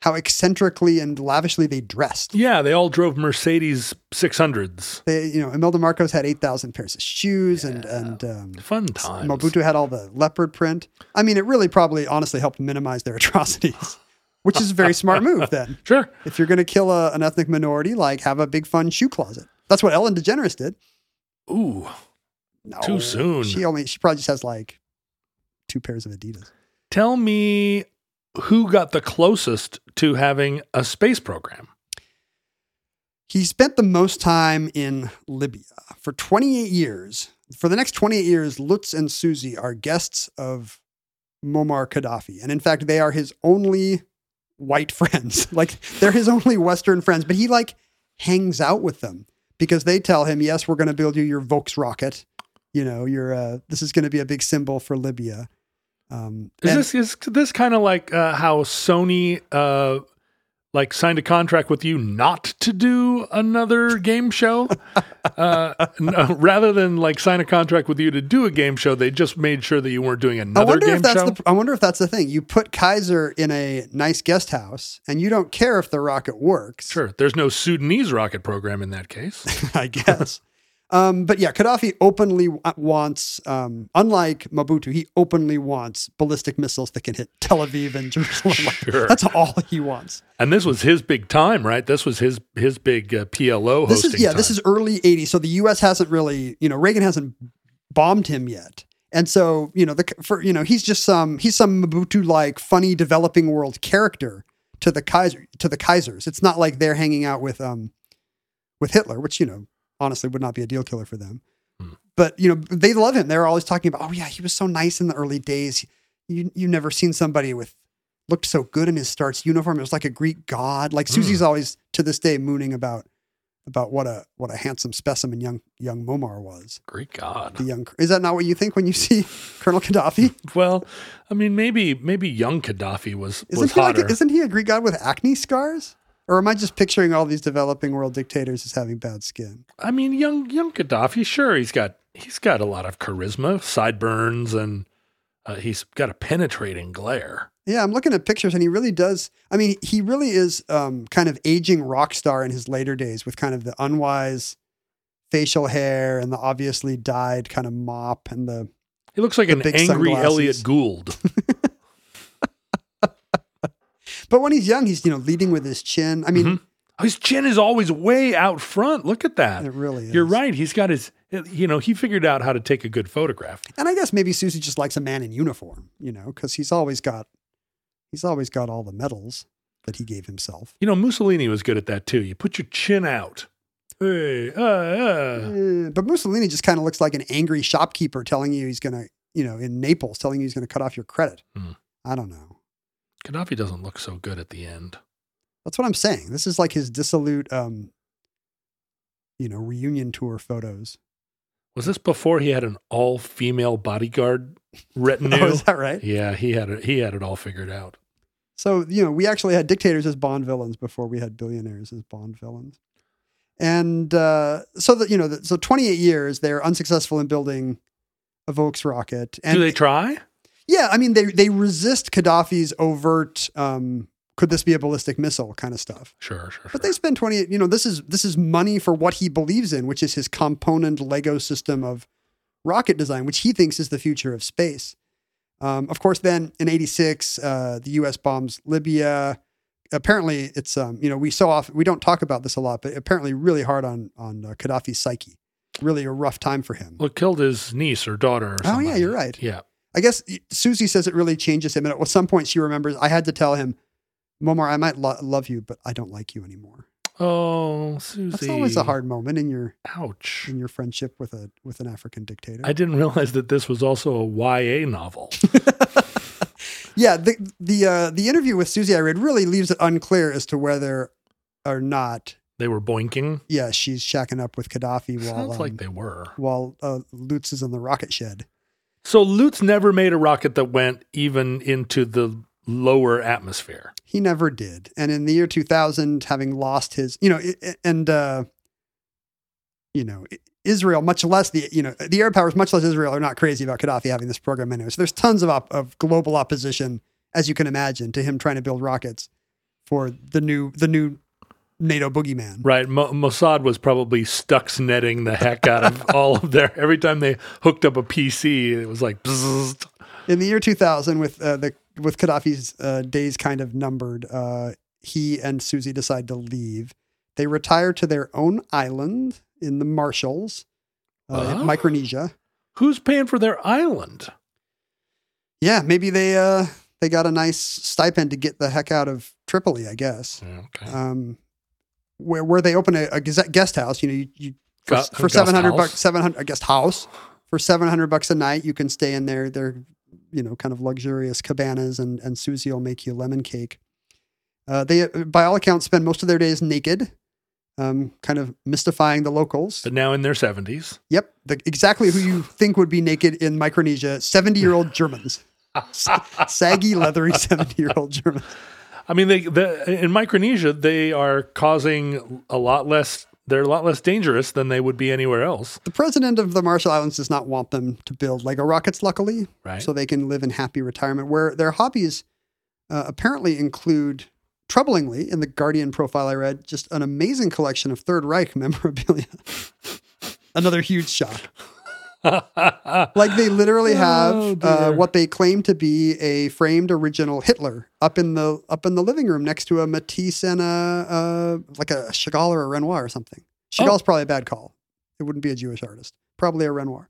S5: how eccentrically and lavishly they dressed.
S3: Yeah, they all drove Mercedes 600s.
S5: They, you know, Imelda Marcos had eight thousand pairs of shoes, and and um,
S3: Fun times.
S5: Mobutu had all the leopard print. I mean, it really probably honestly helped minimize their <laughs> atrocities, which is a very smart
S3: <laughs>
S5: move then.
S3: Sure.
S5: If you're going to kill a, an ethnic minority, like have a big fun shoe closet. That's what Ellen DeGeneres did.
S3: Ooh,
S5: No,
S3: Too soon.
S5: She only she probably just has like two pairs of Adidas.
S3: tell me who got the closest to having a space program.
S5: He spent the most time in Libya for 28 years. For the next 28 years, Lutz and Susie are guests of Muammar Gaddafi. And in fact, they are his only white <laughs> friends. like they're his only Western friends, but he like hangs out with them because they tell him, yes, we're going to build you your Volks rocket. You know, your, uh, this is going to be a big symbol for Libya. Um,
S3: Is
S5: and-
S3: this is this kind of like uh, how Sony uh, like signed a contract with you not to do another
S5: <laughs>
S3: game show, uh, n- uh, rather than like sign a contract with you to do a game show? They just made sure that you weren't doing
S5: I
S3: another
S5: wonder
S3: game
S5: if that's
S3: show.
S5: the. I wonder if that's the thing. You put Kaiser in a nice guest house, and you don't care if the rocket works.
S3: sure, there's no Sudanese rocket program in that
S5: <laughs>
S3: case.
S5: I guess. um, but yeah, Gaddafi openly wa- wants, um, unlike Mobutu, he openly wants ballistic missiles that can hit Tel Aviv and Jerusalem. <laughs> Like,
S3: Sure.
S5: That's all he wants.
S3: and this was his big time, right? This was his his big uh, PLO hosting.
S5: This is yeah. This
S3: time.
S5: is early '80s, so the U.S. hasn't really, you know, Reagan hasn't bombed him yet. And so, you know, the for you know, he's just some he's some Mobutu like funny developing world character to the Kaiser to the Kaisers. It's not like they're hanging out with um with Hitler, which you know honestly would not be a deal killer for them. But you know, they love him. They're always talking about, oh yeah, he was so nice in the early days. You you never seen somebody with looked so good in his starts uniform. It was like a Greek god. Like Susie's always to this day mooning about about what a what a handsome specimen young young Momar was.
S3: Great God.
S5: The young is that not what you think when you <laughs> see Colonel Gaddafi?
S3: Well, I mean, maybe maybe young Gaddafi <laughs> was was
S5: Isn't he like
S3: hotter.
S5: a, isn't he a Greek god with acne scars? Or am I just picturing all these developing world dictators as having bad skin?
S3: I mean, young young Gaddafi, sure, he's got he's got a lot of charisma, sideburns, and uh, he's got a penetrating glare.
S5: Yeah, I'm looking at pictures and he really does. I mean, he really is um, kind of aging rock star in his later days with kind of the unwise facial hair and the obviously dyed kind of mop and the
S3: He looks like an
S5: big
S3: angry
S5: sunglasses.
S3: Elliot Gould.
S5: But when he's young, he's you know leading with his chin. I mean,
S3: Oh, His chin is always way out front. Look at that.
S5: it really is.
S3: Mm-hmm. You're right. He's got his. uh, You know, he figured out how to take a good photograph.
S5: And I guess maybe Susie just likes a man in uniform, you know, because he's always got he's always got all the medals that he gave himself.
S3: You know, Mussolini was good at that too. You put your chin out. Hey, uh, uh.
S5: Eh, but Mussolini just kind of looks like an angry shopkeeper telling you he's gonna, you know, in Naples, telling you he's gonna cut off your credit.
S3: Hmm.
S5: I don't know.
S3: Gaddafi doesn't look so good at the end.
S5: That's what I'm saying. This is like his dissolute, um, you know, reunion tour photos. <laughs>
S3: Was this before he had an all-female bodyguard retinue?
S5: <laughs> Oh, is that right?
S3: yeah, he had it. He had it all figured out.
S5: So, you know, we actually had dictators as Bond villains before we had billionaires as Bond villains. And uh, so that, you know, the, so 28 years, they're unsuccessful in building a Volks rocket. And
S3: Do they try?
S5: yeah, I mean, they, they resist Gaddafi's overt, um, could this be a ballistic missile kind of stuff.
S3: Sure, sure.
S5: But
S3: sure.
S5: they spend 28, you know, this is, this is money for what he believes in, which is his component Lego system of rocket design, which he thinks is the future of space. Um, of course, then in '86, uh, the U.S. bombs Libya. Apparently, it's um, you know we so often we don't talk about this a lot, but apparently really hard on on uh, Gaddafi's psyche. Really a rough time for him.
S3: well, killed his niece or daughter. Or
S5: Oh, yeah,
S3: somebody.
S5: you're right.
S3: Yeah,
S5: I guess Susie says it really changes him, and at some point she remembers I had to tell him, Momar, I might lo- love you, but I don't like you anymore.
S3: Oh, Susie.
S5: That's always a hard moment in your
S3: Ouch.
S5: in your friendship with a with an African dictator.
S3: I didn't realize that this was also a
S5: <laughs>
S3: YA novel.
S5: Yeah, the the uh, the interview with Susie I read really leaves it unclear as to whether or not,
S3: they were boinking.
S5: yeah, she's shacking up with Gaddafi while
S3: Sounds
S5: um,
S3: like they were.
S5: while uh, Lutz is in the rocket shed.
S3: So Lutz never made a rocket that went even into the lower atmosphere.
S5: He never did, and in the year 2000, having lost his, you know, i- i- and uh, you know. i- Israel, much less the you know the Arab powers, much less Israel, are not crazy about Gaddafi having this program anyway. So there's tons of op- of global opposition, as you can imagine, to him trying to build rockets for the new the new NATO boogeyman.
S3: Right. Mo- Mossad was probably stucks netting the heck
S5: <laughs>
S3: out of all of their. Every time they hooked up a PC, it was like, bzzzt.
S5: in the year 2000 with uh, the with Gaddafi's uh, days kind of numbered, uh, he and Susie decide to leave. They retire to their own island in the Marshalls, uh, in
S3: Oh.
S5: Micronesia.
S3: who's paying for their island?
S5: Yeah, maybe they uh, they got a nice stipend to get the heck out of Tripoli, I guess.
S3: Okay.
S5: Um, where where they open a, a gazette- guest house, you know, you, you for,
S3: Gu-
S5: for
S3: guest
S5: seven hundred
S3: house?
S5: bucks, seven hundred a guest house for seven hundred bucks a night, you can stay in their their you know kind of luxurious cabanas, and and Susie will make you lemon cake. Uh, they, uh, by all accounts, spend most of their days naked, um, kind of mystifying the locals.
S3: But now in their 70s.
S5: yep, the, exactly who you think would be naked in Micronesia: seventy-year-old
S3: <laughs>
S5: Germans, S- saggy, leathery seventy-year-old Germans.
S3: I mean, they the, in Micronesia they are causing a lot less. They're a lot less dangerous than they would be anywhere else.
S5: The president of the Marshall Islands does not want them to build Lego rockets, luckily,
S3: Right. <laughs>
S5: so they can live in happy retirement where their hobbies uh, apparently include, troublingly, in the Guardian profile I read, just an amazing collection of Third Reich <laughs> memorabilia. Another huge shock. Like they literally have
S3: <sighs> Oh,
S5: uh,
S3: dear.
S5: what they claim to be a framed original Hitler up in the up in the living room next to a Matisse and a uh, like a Chagall or a Renoir or something.
S3: Oh.
S5: Chagall's probably a bad call. It wouldn't be a Jewish artist. Probably a Renoir.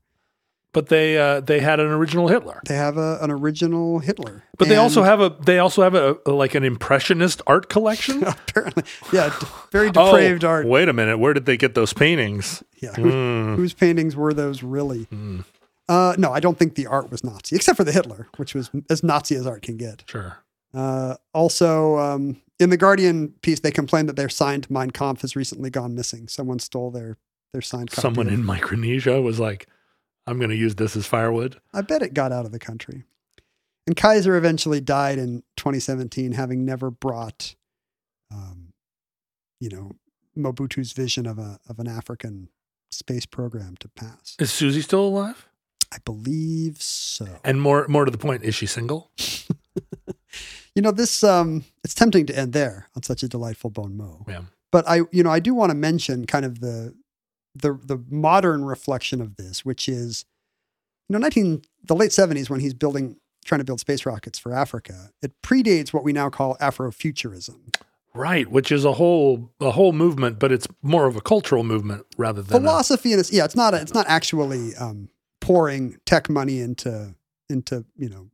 S3: but they uh, they had an original Hitler.
S5: They have a, an original Hitler.
S3: But they
S5: And <laughs>
S3: also have a they also have a, like an impressionist art collection.
S5: apparently, yeah, d- very
S3: <laughs>
S5: <laughs>
S3: Oh,
S5: depraved art.
S3: Wait a minute, where did they get
S5: <laughs>
S3: those paintings? Hmm.
S5: Yeah, who- whose paintings were those really?
S3: Mm,
S5: Uh, no, I don't think the art was Nazi, except for the Hitler, which was as Nazi as art can get.
S3: Sure.
S5: Uh, also, um, in the Guardian piece, they complained that their signed Mein Kampf has recently gone missing. Someone stole their their signed. Copy
S3: Someone
S5: of-
S3: in Micronesia was like, I'm going to use this as firewood.
S5: I bet it got out of the country. And Kaiser eventually died in 2017, having never brought um, you know, Mobutu's vision of a of an African space program to pass.
S3: Is Susie still alive?
S5: I believe so.
S3: And more more to the point, is she single?
S5: You know, this um it's tempting to end there on such a delightful bon mot.
S3: Yeah.
S5: But I you know, I do want to mention kind of the the the modern reflection of this, which is you know, nineteen the late seventies when he's building trying to build space rockets for Africa, it predates what we now call Afrofuturism.
S3: Right, which is a whole a whole movement, but it's more of a cultural movement rather than a-
S5: philosophy and it's yeah it's not a, it's not actually um, pouring tech money into into you know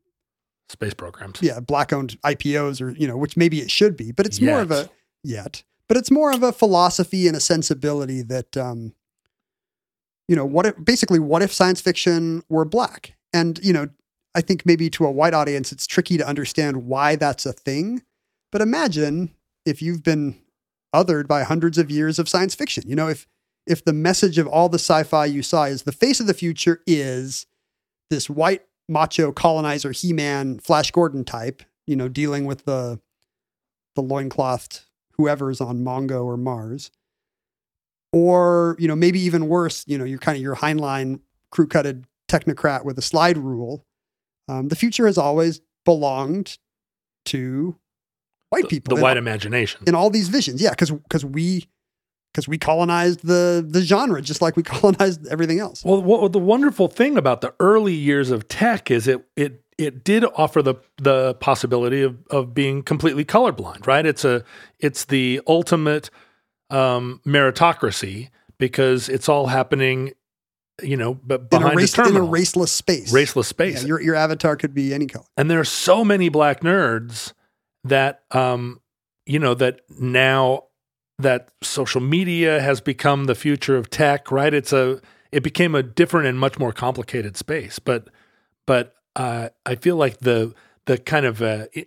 S3: space programs.
S5: yeah black owned IPOs or you know which maybe it should be but it's more of
S3: Yet.
S5: a yet but it's more of a philosophy and a sensibility that um, you know what if basically what if science fiction were black and you know I think maybe to a white audience it's tricky to understand why that's a thing but imagine if you've been othered by hundreds of years of science fiction. You know, if if the message of all the sci-fi you saw is the face of the future is this white macho colonizer He-Man Flash Gordon type, you know, dealing with the the loincloth whoever's on Mongo or Mars. Or, you know, maybe even worse, you know, you're kind of your Heinlein crew cutted technocrat with a slide rule. Um, the future has always belonged to white
S3: The-
S5: people.
S3: the
S5: And-
S3: white imagination.
S5: in all these visions. Yeah, because we because we colonized the the genre just like we <laughs> colonized everything else.
S3: Well, what, the wonderful thing about the early years of tech is it it it did offer the the possibility of of being completely colorblind, right? It's a it's the ultimate um, meritocracy because it's all happening, you know, but
S5: In a,
S3: behind
S5: race,
S3: the
S5: in a
S3: terminal,
S5: raceless space.
S3: raceless
S5: Yeah,
S3: space.
S5: your your avatar could be any color.
S3: and there are so many black nerds that um you know that now that social media has become the future of tech right it's a it became a different and much more complicated space but but uh, i feel like the the kind of uh, i-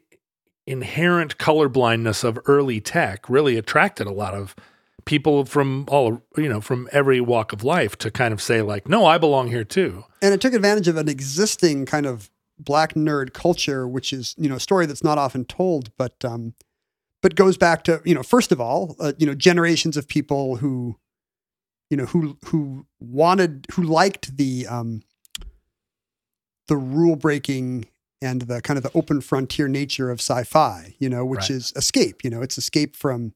S3: inherent colorblindness of early tech really attracted a lot of people from all you know from every walk of life to kind of say like no i belong here too
S5: And it took advantage of an existing kind of black nerd culture, which is you know a story that's not often told, but um, but goes back to you know first of all uh, you know generations of people who you know who who wanted who liked the um, the rule breaking and the kind of the open frontier nature of sci-fi, you know, which
S3: Right.
S5: is escape. You know, it's escape from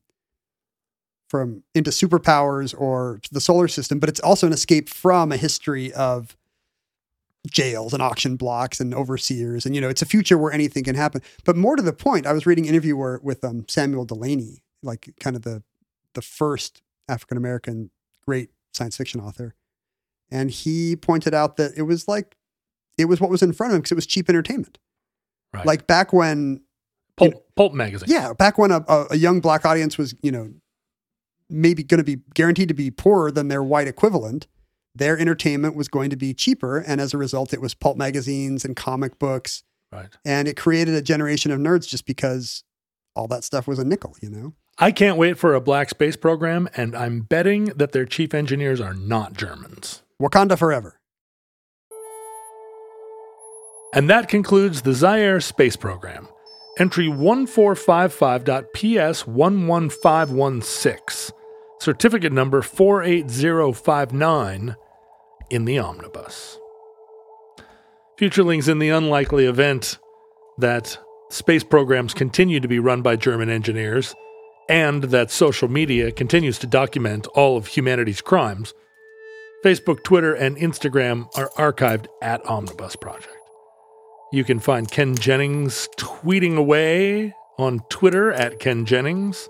S5: from into superpowers or the solar system, but it's also an escape from a history of jails and auction blocks and overseers. And, you know, it's a future where anything can happen. But more to the point, I was reading an interview where, with um, Samuel Delaney, like kind of the, the first African American great science fiction author. And he pointed out that it was like, it was what was in front of him because it was cheap entertainment.
S3: Right.
S5: Like back when
S3: pulp, pulp magazine
S5: yeah, back when a, a, a young black audience was, you know, maybe going to be guaranteed to be poorer than their white equivalent, their entertainment was going to be cheaper. And as a result, it was pulp magazines and comic books.
S3: right
S5: And it created a generation of nerds just because all that stuff was a nickel, you know?
S3: I can't wait for a black space program, and I'm betting that their chief engineers are not Germans.
S5: Wakanda forever.
S3: And that concludes the Zaire space program. Entry 1455.PS11516, certificate number 48059 in the omnibus. Futurelings, in the unlikely event that space programs continue to be run by German engineers, and that social media continues to document all of humanity's crimes, Facebook, Twitter, and Instagram are archived at Omnibus Project. You can find Ken Jennings tweeting away on Twitter at Ken Jennings,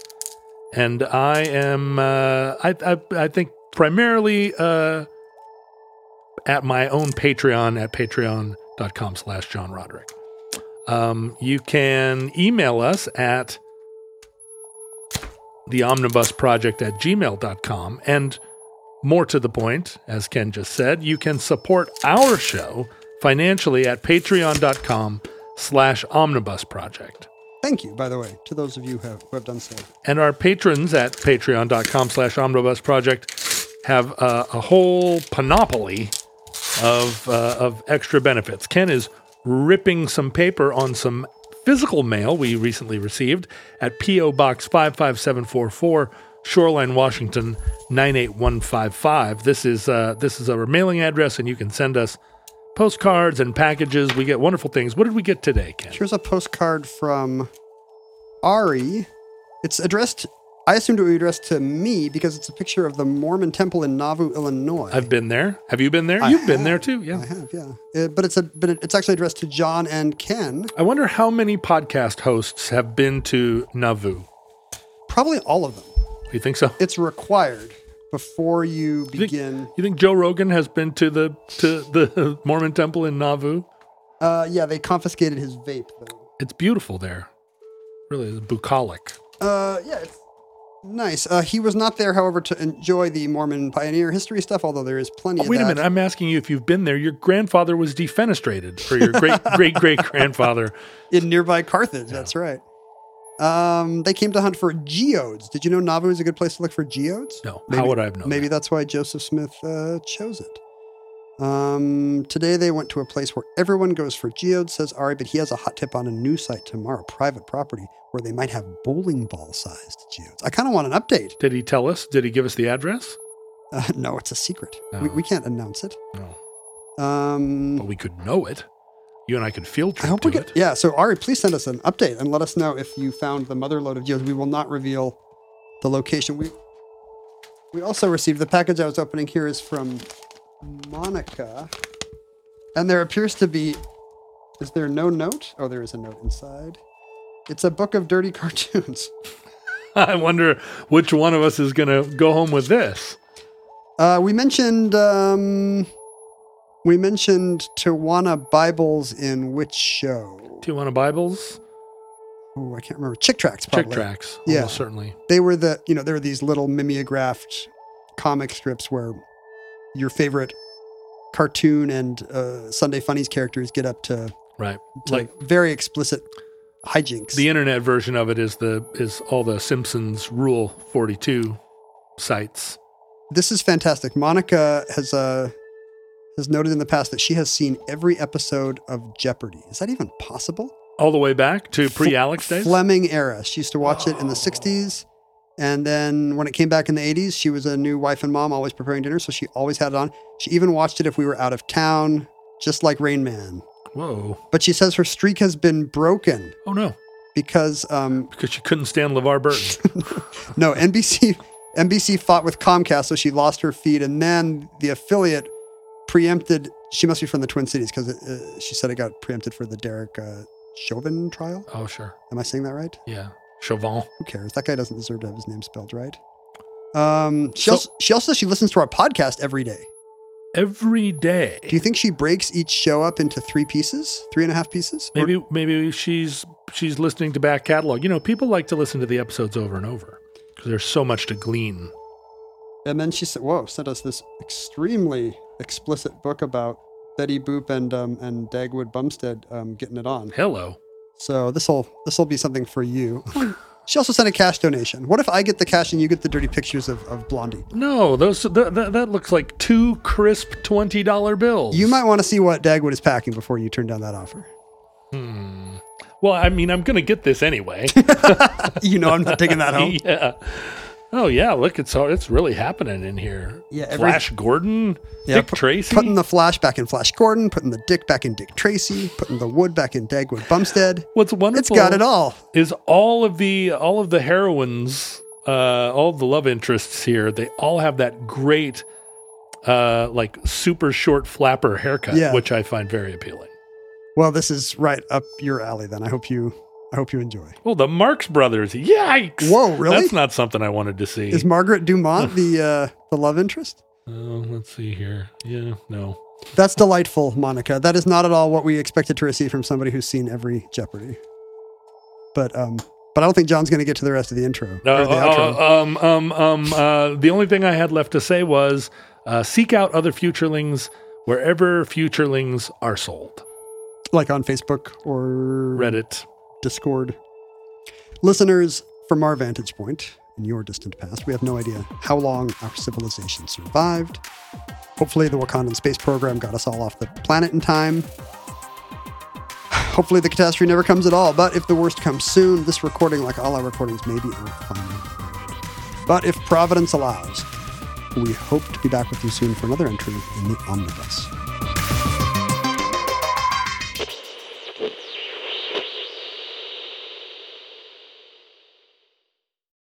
S3: and I am uh, I, I I think primarily uh, at my own Patreon at patreon.com slash John Roderick. Um, you can email us at the omnibus project at gmail.com and more to the point, as Ken just said, you can support our show financially at patreon.com slash omnibus project.
S5: Thank you, by the way, to those of you who have, who have done so.
S3: And our patrons at patreon.com slash omnibus project have uh, a whole panoply of, uh, of extra benefits. Ken is ripping some paper on some physical mail we recently received at P.O. Box 55744, Shoreline, Washington, 98155. This is uh, this is our mailing address, and you can send us postcards and packages. We get wonderful things. What did we get today, Ken?
S5: Here's a postcard from Ari. It's addressed, I assumed it would be addressed to me because it's a picture of the Mormon temple in Nauvoo, Illinois.
S3: I've been there. Have you been there?
S5: I
S3: You've been
S5: have.
S3: there too. Yeah.
S5: I have, yeah. Uh, but it's a, but it- it's actually addressed to John and Ken.
S3: I wonder how many podcast hosts have been to Nauvoo.
S5: Probably all of them.
S3: You think so?
S5: It's required before you
S3: You think-
S5: begin.
S3: You think Joe Rogan has been to the to the <laughs> Mormon temple in Nauvoo?
S5: Uh, yeah, they confiscated his vape though.
S3: It's beautiful there. Really, it's bucolic.
S5: Uh, yeah, it's nice. Uh, he was not there, however, to enjoy the Mormon pioneer history stuff, although there is plenty of
S3: Wait a
S5: that.
S3: minute. I'm asking you if you've been there. Your grandfather was defenestrated, or
S5: <laughs>
S3: your great great great grandfather.
S5: in nearby Carthage. That's right. Um, they came to hunt for geodes. Did you know Nauvoo is a good place to look for geodes?
S3: No. How would I have known
S5: Maybe
S3: that?
S5: that's why Joseph Smith uh, chose it. Um, today they went to a place where everyone goes for geodes, says Ari, but he has a hot tip on a new site tomorrow, private property, where they might have bowling ball sized geodes. I kind of want an update. <laughs>
S3: Did he tell us? Did he give us the address?
S5: Uh, no, it's a secret. We,
S3: Oh.
S5: we can't announce it.
S3: No.
S5: Um,
S3: But we could know it. You and I could field trip
S5: I hope
S3: to
S5: we get
S3: it. <laughs>
S5: yeah. So Ari, please send us an update and let us know if you found the mother load of geodes. We will not reveal the location. We we also received the package I was opening here is from Monica, and there appears to be is there no note? Oh, there is a note inside. It's a book of dirty <laughs> cartoons.
S3: I wonder which one of us is going to go home with this.
S5: Uh, we mentioned um, we mentioned Tawana Bibles in which show?
S3: Tijuana Bibles,
S5: Oh, I can't remember. Chick Tracks.
S3: Chick
S5: Probably.
S3: Tracks,
S5: Yeah.
S3: almost certainly.
S5: they were the you know there were these little mimeographed comic strips where your favorite cartoon and uh, Sunday funnies characters get up to,
S3: Right.
S5: to
S3: Like
S5: very explicit hijinks.
S3: the internet version of it is the is all the Simpsons Rule 42 sites.
S5: this is fantastic. Monica has uh, has noted in the past that she has seen every episode of Jeopardy. Is that even possible?
S3: All the way back to pre Alex days?
S5: Fleming era. She used to watch it in the 60s. And then when it came back in the 80s, she was a new wife and mom, always preparing dinner. So she always had it on. She even watched it if we were out of town, just like Rain Man.
S3: Whoa.
S5: But she says her streak has been broken
S3: Oh no.
S5: because, um,
S3: Because you couldn't stand LeVar Burton.
S5: no, <laughs> NBC. NBC fought with Comcast, so she lost her feed. And then the affiliate preempted. She must be from the Twin Cities because uh, she said it got preempted for the Derek uh, Chauvin trial.
S3: oh sure.
S5: Am I saying that right?
S3: Yeah. Chauvin.
S5: who cares? That guy doesn't deserve to have his name spelled right. Um, she,
S3: So-
S5: also, she also says she listens to our podcast every day.
S3: Every day.
S5: Do you think she breaks each show up into three pieces, three and a half pieces? Or-
S3: Maybe maybe she's she's listening to back catalog. You know, people like to listen to the episodes over and over because there's so much to glean.
S5: and then she said, "Whoa!" Sent us this extremely explicit book about Betty Boop and um, and Dagwood Bumstead um, getting it on.
S3: Hello.
S5: So this will this will be something for <laughs> you. she also sent a cash donation. What if I get the cash and you get the dirty pictures of, of Blondie?
S3: No, those th- th- that looks like two crisp twenty dollar bills.
S5: You might want to see what Dagwood is packing before you turn down that offer.
S3: Well, I mean, I'm gonna get this anyway.
S5: You know I'm not taking <laughs> that home.
S3: <laughs> yeah. Oh yeah, look, it's all it's really happening in here.
S5: Yeah, every-
S3: Flash Gordon, Dick
S5: pu-
S3: Tracy.
S5: Putting the flash back in Flash Gordon, putting the dick back in Dick Tracy, putting the wood back in Dagwood Bumstead.
S3: What's wonderful?
S5: It's got it all.
S3: Is all of the all of the heroines, uh, all of the love interests here? They all have that great, uh, like super short flapper haircut,
S5: Yeah.
S3: which I find very appealing.
S5: Well, this is right up your alley then. I hope you I hope you enjoy.
S3: Well, Oh, the Marx Brothers. Yikes!
S5: Whoa, really?
S3: That's not something I wanted to see.
S5: Is Margaret
S3: <laughs>
S5: Dumont the uh, the love interest?
S3: Oh, let's see here. Yeah, no.
S5: That's delightful, Monica. That is not at all what we expected to receive from somebody who's seen every Jeopardy. But um but I don't think John's going to get to the rest of the intro.
S3: No,
S5: or the outro.
S3: uh, um, um, um, uh, the only thing I had left to say was uh, seek out other futurelings wherever futurelings are sold.
S5: like on Facebook or
S3: Reddit.
S5: Discord. Listeners, from our vantage point in your distant past, we have no idea how long our civilization survived. Hopefully, the Wakandan space program got us all off the planet in time. Hopefully, the catastrophe never comes at all. But if the worst comes soon, this recording, like all our recordings, may be our final. But if Providence allows, we hope to be back with you soon for another entry in the Omnibus.